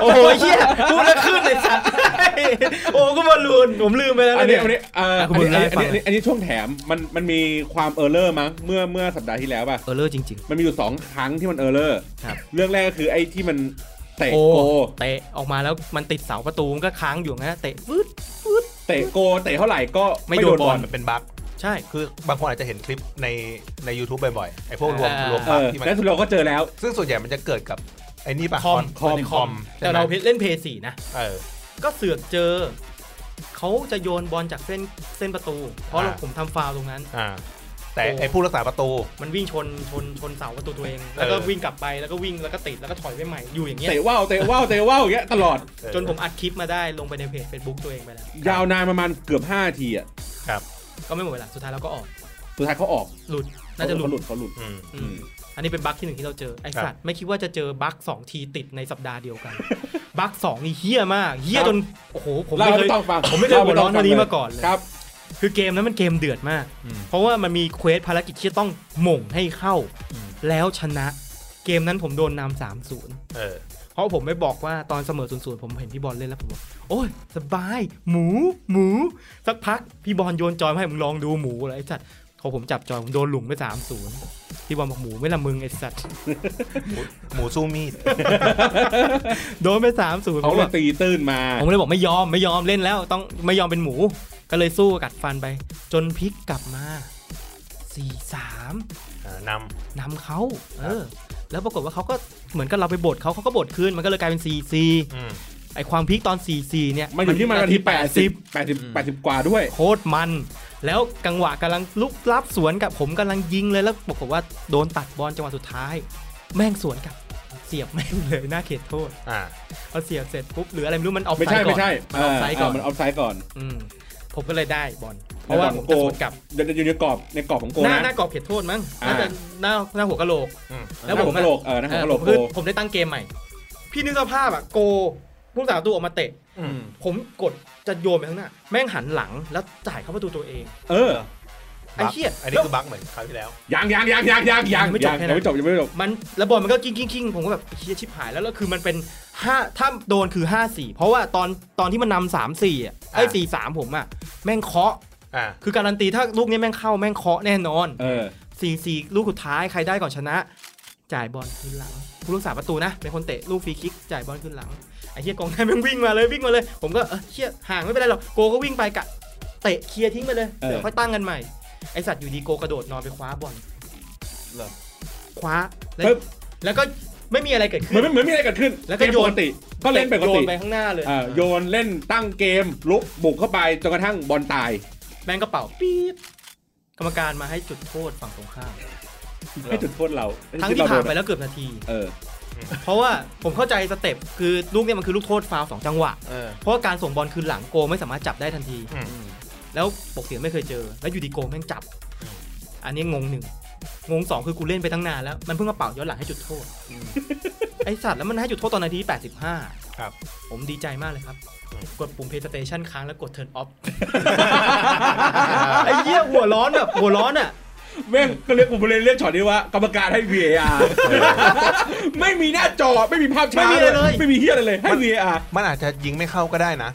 S3: โอ้โหเฮียพูดแล้วขึ้นเลยสัตว์ โอ้ก็บอลลูนผมลืมไปแล้ว
S5: อัน
S3: นะ
S5: นี้
S3: เนี่ย
S5: อันนี้เอ่อ
S3: อ่ะ
S5: อั
S3: คุ
S5: น
S3: ณบุ
S5: นี้
S3: ญ
S5: อัน
S3: เล่า
S5: นี้อัน
S3: ให้ฟัง
S5: นี้อันนี้ช่วงแถมมันมันมีความเออร์เลอร์มั้งเมื่อเมื่อสัปดาห์ที่แล้วป่ะ
S3: เออเลอร์จริง
S5: มันมีอยู่สองครั้งที่มันเออร์เลอร์
S3: ครับ
S5: เรื่องแรกก็คือไอ้ที่มันเตะ
S3: โอ้
S5: โก
S3: ๆเตะออกมาแล้วมันติดเสาประตูมันก็ค้างอยู่งั้นนะเตะฟึด
S5: เตะโกเตะเท่าไหร่ก็
S3: ไม่โดนบอล
S2: มันเป็นบั๊ก
S3: ใช่
S2: คือบางคนอาจจะเห็นคลิปในใน YouTube บ่อยๆ ไอ้พวกรวม
S3: อ่าร
S2: รวม
S5: เอ
S2: บั๊ก
S5: อ
S2: ที่มัน
S5: แล้วเราก็เจอแล้ว
S2: ซึ่งส่วนใหญ่มันจะเกิดกับ ไอ้นี่ปะ
S3: คอม
S2: คอมคอม
S3: แต่เราเล่นเพย์สี่นะ
S2: เออ
S3: ก็เสือกเจอ เขาจะโยนบอลจากเส้นเส้นประตู เพราะ
S2: อ่า
S3: ผมทำฟาวล์ตรงนั้น
S2: อ่า แต่
S3: โอ้
S2: ไอ้ผู้รักษาประตู
S3: มันวิ่งชนชนชนเสาประตูตัวเอง แล้วก็
S2: เออ
S3: วิ่งกลับไปแล้วก็วิ่งแล้วก็ติดแล้วก็ถอยไปใหม่อยู่อย่างเงี้ย
S5: เตะว่าวเตะว่าวเตะว่าวอย่างเงี้ยตลอด
S2: เออ
S3: จนผมอัดคลิปมาได้ลงไปในเพจ Facebook ตัวเองไปแล้ว
S5: ยาวนานประมาณเกือบ5นาทีอ่ะ
S2: ครับ
S3: ก็ไม่หมดเวลาสุดท้ายเราก็ออก
S5: สุดท้ายเขาออก
S3: หลุด น่าจะหลุ
S5: เขาหลุ
S3: ด
S5: ดเขาหลุด
S2: อืม
S3: อืมอันนี้เป็นบั๊กที่หนึ่งที่เราเจอ ไอสัตว์ไม่คิดว่าจะเจอบั๊กสองทีติดในสัปดาห์เดียวกัน บั๊กสองนี่เฮี้ยมากเฮี้ยจนโอ้โหผม
S5: เรา
S3: ไม่เค
S5: ไม่
S3: ย
S5: ต้องฟัง
S3: ผมไม่เคย
S5: ล่
S3: หัวร้อน
S5: ต้งฟัง
S3: เรื่องนี้มาก่อนเลย
S5: ครับ
S3: คือเกมนั้นมันเกมเดือดมาก
S4: อืม
S3: เพราะว่ามันมีเควสภารกิจที่จะต้องหม่งให้เข้า
S4: อืม
S3: แล้วชนะ เกมนั้นผมโดนนำสามศูนย์
S2: เออ
S3: เพราะผมไม่บอกว่าตอนเสมอศูนย์ศูนย์ผมเห็นพี่บอลเล่นแล้วผมบอกโอ้ย สบาย หมู หมู สักพัก พี่บอลโยนจอยมาให้มึงลองดูหมูอะไรไอ้สัตว์พอผมจับจอยผมโดนหลุมไปสามศูนย์พี่บอลบอกหมูไม่ละมึงไอ้สัตว์
S2: หมูสู้มีด
S3: โดนไปสามศูนย์
S5: เขาเลยตีตื้นมา
S3: ผมเลยบอกไม่ยอมไม่ยอมเล่นแล้ว ต้องไม่ยอมเป็นหมู ก็เลยสู้กัดฟันไป จนพลิกกลับมาสี่สาม
S2: อ่าน
S3: นำเขาเออ แล้วปรากฏว่าเขาก็เหมือนกับเราไปบดเขาเขาก็บดคืนมันก็เลยกลายเป็น4ีซี
S2: ำอืม
S3: ไอความพีคตอน4ีซีเนี่ย
S5: มันอยู่ที่มันนาทีแปดสิบแปดสิบ
S4: อืม
S5: แปดสิบกว่าด้วย
S3: โคตรมัน แล้วกังหวะกำลังลุกลับสวนกับผมกำลังยิงเลยแล้วปรากฏว่าโดนตัดบอลจังหวะสุดท้าย แม่งสวนกลับ เสียบแม่งเลยหน้าเขตโทษ
S2: อ่า
S3: เอาเสียบเสร็จปุ๊บเหลืออะไรไม่รู้มันออก
S5: ไม่
S3: ไซ
S5: ใช่
S3: ด์ก่
S5: ไม่
S3: อน
S5: ใช่
S3: มันออกไซด์ก่อน
S5: เมันออฟไซด์ก่อน
S3: อืมผมก็เลยได้บอล เพราะว่า
S5: ใน
S3: ผม
S5: ก
S3: จะ
S5: รอบขอน ง
S3: สวก
S5: ก
S3: ลับ
S5: จะจะอยู่ในกรอบในกรอบของโก
S3: หน้า
S5: นะ
S3: หน้ากรอบเขตโทษมั้ง
S5: อ่า
S3: น่าจะหน้าหน้าหัวกะโหลก
S2: อืม
S3: แล้ว
S5: หน้า
S3: ผ
S5: หัว
S3: มอะ
S5: กะโหลกเออหน้าหัวกะโหลก
S3: เออ
S5: โก
S3: ผมคือผมได้ตั้งเกมใหม่ พี่นึกสภาพอ่ะโกผู้สาวตัวออกมาเตะ
S2: อืม
S3: ผมกดจะโยนไปข้างหน้า แม่งหันหลังแล้วจ่ายเข้าประตูตัวเอง
S5: เออ
S3: ไอ้เหี้ย
S2: อันนี้คือบั๊กเหมือนคราวที่แล้ว
S5: ยังยังยังยังยังยัง
S3: ยังไม่จบ
S5: ยัง
S3: แค่นั้
S5: ยัง
S3: น
S5: ไม่จบยังไม่จบ
S3: มันแล้วบอลมันก็กิ้งกิ้งกิ้งผมก็แบบเฮียชิบหายแล้วแล้วคือมันเป็นห้าถ้าโดนคือห้าสี่เพราะว่าตอนตอนที่มันนำสามสี่อ่ะไอ้
S2: อ่า
S3: สี่สามผมอ่ะแม่งเคาะ
S2: อ่า
S3: คือการันตีถ้าลูกเนี้ยแม่งเข้าแม่งเคาะแน่นอน
S5: เออ
S3: สี่สี่ลูกสุดท้ายใครได้ก่อนชนะ จ่ายบอลขึ้นหลังผู้รักษาประตูนะ เป็นคนเตะลูกฟรีคิกจ่ายบอลขึ้นหลังไอ้เฮียกองหน้าแม่งวิ่งมาเลยวิ่งมาเลย ผมก็เออเฮียห่างไม่เป็นไรหรอกโกก็วิ่งไปกะเตะเคลียร์ทิ้งไปเลย
S5: เออ
S3: เดี๋ยวค่อยตั้งกันใหม่ไอสัตว์อยู่ดีโกกระโดดนอนไปคว้าบอล
S2: เหรอ
S3: คว้าแล้ว
S5: เฮ้ย
S3: แล้วก็ไม่มีอะไรเกิด
S5: เหมือน
S3: ขึ้
S5: นเหมือนมีอะไรเกิดขึ้น
S3: แล้วก็
S5: เม
S3: โยน
S5: ปกติ ก็เล่นปก
S3: โย
S5: ติ
S3: นไปข้างหน้าเลย
S5: อ่าโยนเล่นตั้งเกมลุกบุกเข้าไปจนกระทั่งบอลตาย
S3: แม่งกระเป๋าปี๊ดกรรมการมาให้จุดโทษฝั่งตรงข้าม
S5: ให้จุดโทษเรา
S3: ทั้ง
S5: เร
S3: ที่ผ่าน
S5: โด
S3: ไปแล้วเกือบนาที
S5: เออ
S3: เพราะว่าผมเข้าใจสเต็ปคือลูกเนี่ยมันคือลูกโทษฟาวล์สองจังหวะ
S2: เออ
S3: เพราะว่าการส่งบอลคืนหลังโกไม่สามารถจับได้ทันที
S2: อืม
S3: แล้วปกติไม่เคยเจอ แล้วอยู่ดีโกแม่งจับ อันนี้งงหนึ่งงงสองคือกูเล่นไปตั้งนานแล้ว มันเพิ่งมาเป่าย้อนหลังให้จุดโทษไอสัตว์แล้วมันให้จุดโทษตอนนาที85
S2: ครับ
S3: ผมดีใจมากเลยครับ
S2: อืม
S3: กดปุ่ม PlayStation ค้างแล้วกด Turn Off ไอ้เหี้ยหัวร้อนแบบหัวร้อนอ่ะ
S5: แม่งก็เรียกกูไปเลยเรียกช็อตนี้ว่ากรรมการให้ VAR ไม่มีหน้าจอไม่มีภาพช้า
S3: ไม่มีอะไรเลย
S5: ไม่มีเฮียอะไรเลยให้ VAR
S2: มันอาจจะยิงไม่เข้าก็ได้นะ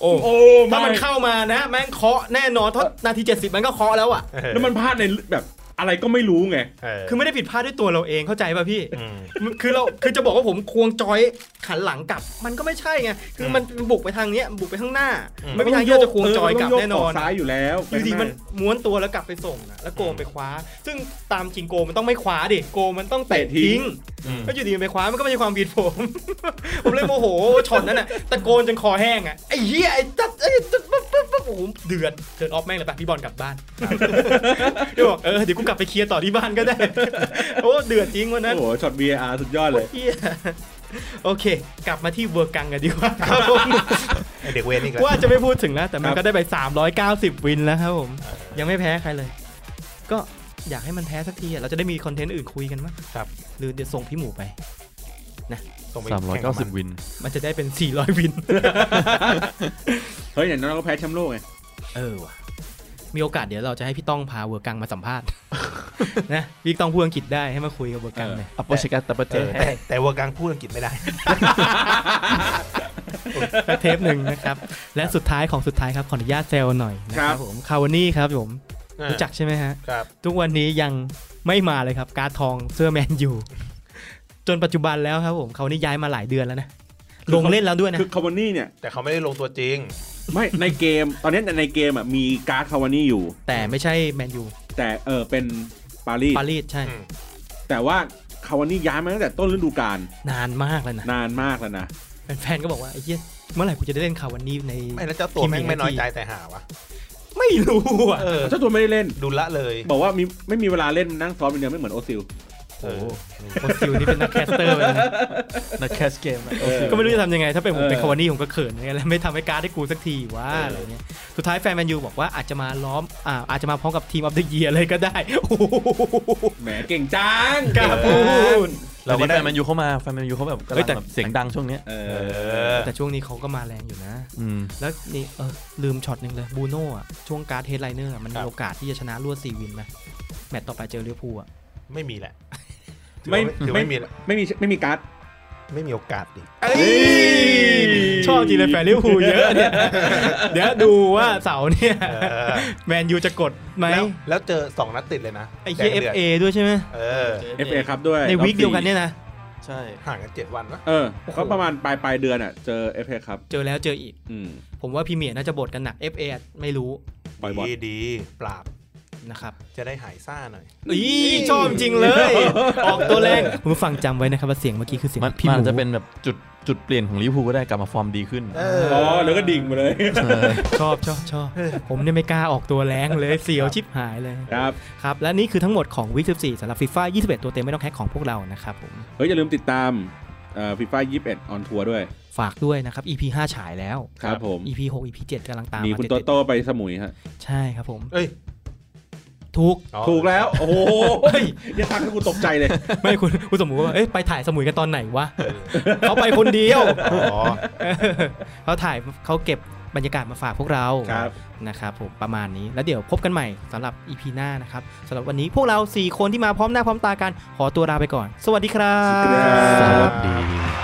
S5: โอ้โอ้
S3: ถ้ามัน
S5: ไ
S3: เข้ามานะ แม่งเคาะแน่นอนทศนาที 70 มันก็เคาะแล้วอ่ะ
S5: แล้วมันพลาดในแบบอะไรก็ไม่รู้ไง
S2: เ
S3: คื
S2: คือ อ
S3: ไม่ได้ผิดพลาดด้วยตัวเราเองเข้าใจป่ะพี่
S2: ม
S3: มันคือเราคือจะบอกว่าผมควงจอยขันหลังกลับ มันก็ไม่ใช่ไงคือมันบุกไปทางเนี้ยบุกไปข้างหน้า
S2: อืม
S3: ไม่มีทางที่เราจะควงจอยกลับ
S5: มัต้โ
S3: แน่นอน
S5: กซ้ายอยู่แล้ว
S3: อยู่ดีมันม้วนตัวแล้วกลับไปส่งอะแล้วโกมไปคว้า ซึ่งตามจริงโกมันต้องไม่คว้าดิโกมันต้องเตะทิ้ง
S2: อืม
S3: ก็อยู่ดีมันไปคว้ามันก็ไม่ใช่ความผิดผม ผมเลยโมโหช็อตนั้นน่ะตะโกนจนคอแห้งอ่ะไอ้เหี้ยไอ้จัดไอ้จัดปั๊บปั๊บปั๊บโอ้โหเดือดเทิร์นออฟแม่งเลยปะพี่บอลกลับบ้าน เดี๋ยวบอกเออเดี๋ยวกูกลับไปเคลียร์ต่อที่บ้านก็ได้ โอ้เดือดจริงวันนั้น
S5: โอ้โหช็อต VAR สุดยอดเลย
S3: เหี้ยโอเค กลับมาที่เวอร์กังกันดีกว่า ครับผม
S2: ไอเด็กเวนนี่ก็
S3: ว่าจะไม่พูดถึงแล้วแต่มั
S5: ค
S3: น
S5: รับ
S3: ก็ได้ไป 390 วินแล้วครับผม ยังไม่แพ้ใครเลย ก็อยากให้มันแพ้สักทีอะเราจะได้มีคอนเทนต์อื่นคุยกันมั้ง
S2: ครับ
S3: หรือเดี๋ยวส่งพี่หมูไป
S2: ส่งไป
S4: สามร้อย
S2: แข่ง
S4: เก้า
S2: บ
S4: สิบ
S2: มัน
S4: วิน
S3: มันจะได้เป็น 400 วิน
S5: เฮ้ยอย่างนั้นเราก็แพ้แชมป์โลกไง
S3: เออว่ะมีโอกาสเดี๋ยวเราจะให้พี่ต้องพาเวอร์กังมาสัมภาษณ์ นะพี่ต้องพูดอังกฤษได้ให้มาคุยกับเวอร์กังหน่อย
S4: อัปโปชิกาตาปะเจ
S2: เออแต่แต่วัวกลางพูดอังกฤษไม่ได้
S3: สักเทปหนึ่งนะครับและสุดท้ายของสุดท้ายครับขออนุญาตเซลหน่อยนะครับผมคาวานี่ครับผมรู้จักใช่ไหมฮะ
S2: ครับ
S3: ทุกวันนี้ยังไม่มาเลยครับ การดทองเสื้อแมนยูจนปัจจุบันแล้วครับผมเขานี่ย้ายมาหลายเดือนแล้วนะ ลงเล่นแล้วด้วยนะ
S5: คือคาวานี่เนี่ย
S2: แต่เขาไม่ได้ลงตัวจริง
S5: ไม่ในเกม ตอนนี้ในเกมอ่ะมีการ์ดคาวานี่อยู่
S3: แต่ไม่ใช่แมนยู
S5: แต่เออเป็นปารีส
S3: ปารีสใช่
S2: อืม
S5: แต่ว่าคาวานี่ย้ายมาตั้งแต่ต้นฤดูกาล
S3: นานมากแล้วนะ
S5: นานมากแล้วนะ
S3: แฟนๆก็บอกว่าไอ้เหี้ยเมื่อไหร่กูจะได้เล่นข่าววันนี้ใน
S2: ไม่แล้วเจ้าตัว
S3: ทีม
S2: แม่งไม่น้อย
S3: ทีม
S2: ใจแต่หาวะ
S3: ไม่รู้อ่ะ
S2: เออ
S5: เจ้าตัวไม่ได้เล่น
S2: ดูละเลย
S5: บอกว่ามีไม่มีเวลาเล่นนั่งซ้อมอย่างเดียวไม่เหมือนโอซิล
S2: เออ
S3: คนซิวนี่เป็นนักแคสเตอร์ไปแล้วนะ
S4: นักแคสเกม
S5: เออ
S3: ก็ไม่รู้จะทำยังไง ถ้าเป็นผมเป็น
S5: เออ
S3: คาวานี่ผมก็เขินเหมือนกันแล้วไม่ทำให้การ์ดให้กูสักทีว่าอะไรเงี้ยสุดท้ายแฟนแมนยูบอกว่าอาจจะมาล้อมอ่าอาจจะมาพร้อมกับทีมออฟเดอะเยียเลยก็ได้ โอ้โห
S5: แหมเก่งจัง
S3: กล้าพูด
S4: เราก็ได้แฟนแมนยูเข้ามาแฟนแมนยูเขาแบบกำลังแบบเสียงดังช่วงเนี้ย
S5: เอ
S2: เอ
S5: อ
S2: อ
S3: แต่ช่วงนี้เขาก็มาแรงอยู่นะ
S4: อืม
S3: แล้วนี่เออลืมช็อตหนึ่งเลยบูโน่อะช่วงการ์ดเฮดไลเนอร์อะมัน
S2: ครั
S3: มี
S2: บ
S3: โอกาสที่จะชนะรวดสี่วินไหมแมตต์ต่อไปเจอลิเวอร์พูลอะ
S2: ไม่มีแหละ
S5: ไม่
S2: ถือว่า
S5: ไม่มี
S2: ไม่มีแหละ
S5: ไม่มีไม่มีการ์ด
S2: ไม่มีโอกาสดิ
S3: ชอบจริงเลยแฟนลิเวอร์พูลเยอะเนี่ย เดี๋ยวดูว่าเสาร์เนี่ย
S2: เออ
S3: แมนยูจะกดไหม
S2: แล้วแล้วเจอสองนัดติดเลยนะ
S3: ไอ้เหี้ย
S2: แด
S3: เอ
S2: ดื
S3: ง ฟ
S2: ด
S3: เอด้วยใช่ไหม
S2: เออ
S5: FA ครับด้วย
S3: ในวิกเดียวกันเนี่ยนะ
S4: ใช่
S2: ห่างกันเจ็ดวันวะ
S5: เออก็ประมาณปลายปลายเดือนอ่ะ เจอ FA ครับ
S3: เจอแล้วเจออีก
S5: อืม
S3: ผมว่าพรีเมียร์น่าจะบทกันหนัก FA อะไม่รู้
S5: ปล่อยบอล
S2: ดีดีปราบ
S3: นะครับ
S2: จะได้หายซ่าหน่อย
S3: อีชอบจริงเลย ออกตัวแรงคุณผู้ฟังจำไว้นะครับว่าเสียงเมื่อกี้คือเสียง
S4: มัน
S3: พี่ห
S4: มันอา
S3: มู
S4: จจะเป็นแบบจุดจุดเปลี่ยนของลิเวอร์พูลก็ได้กลับมาฟอร์มดีขึ้น
S2: เออ
S5: อ๋อ แล้วก็ดิ่งมาเลย
S3: ชอบชอบชอบผมเนี่ยไม่กล้าออกตัวแรงเลยเสียวชิบหายเลย
S5: ครับ
S3: ครับ และนี่คือทั้งหมดของวิก14สำหรับฟีฟ่า21 ตัวเต็มไม่ต้องแฮกของพวกเรานะครับผม
S5: เฮ้ย อย่าลืมติดตามเอ่อฟีฟ่า21 ออนทัวร์ด้วย
S3: ฝากด้วยนะครับ EP 5 ฉายแล้ว
S5: ครับผม
S3: EP 6 EP 7กำลังตาม
S5: หนี
S3: มา
S5: คุณ
S3: ติด
S5: โต
S3: ๆ
S5: โต้ไปสมุยฮะ
S3: ใช่ครับผม
S2: เอ้ย
S3: ทุก
S2: อ๋อ
S5: ถูกแล้ว โอ้โห
S3: เฮ้ย
S5: อย่าทักให้กูตกใจเลย
S3: ไม่คุณคุณสมมุติว่าเอ้ยไปถ่ายสมุยกันตอนไหนวะเขาไปคนเดียว
S2: อ๋อ
S3: เขาถ่ายเขาเก็บบรรยากาศมาฝากพวกเรา
S5: ครับ
S3: นะครับผมประมาณนี้แล้วเดี๋ยวพบกันใหม่สำหรับ EP หน้านะครับสำหรับวันนี้พวกเรา 4 คนที่มาพร้อมหน้าพร้อมตากัน ขอตัวลาไปก่อน สวัสดีครับ
S5: สวัสดีครับ
S4: ดี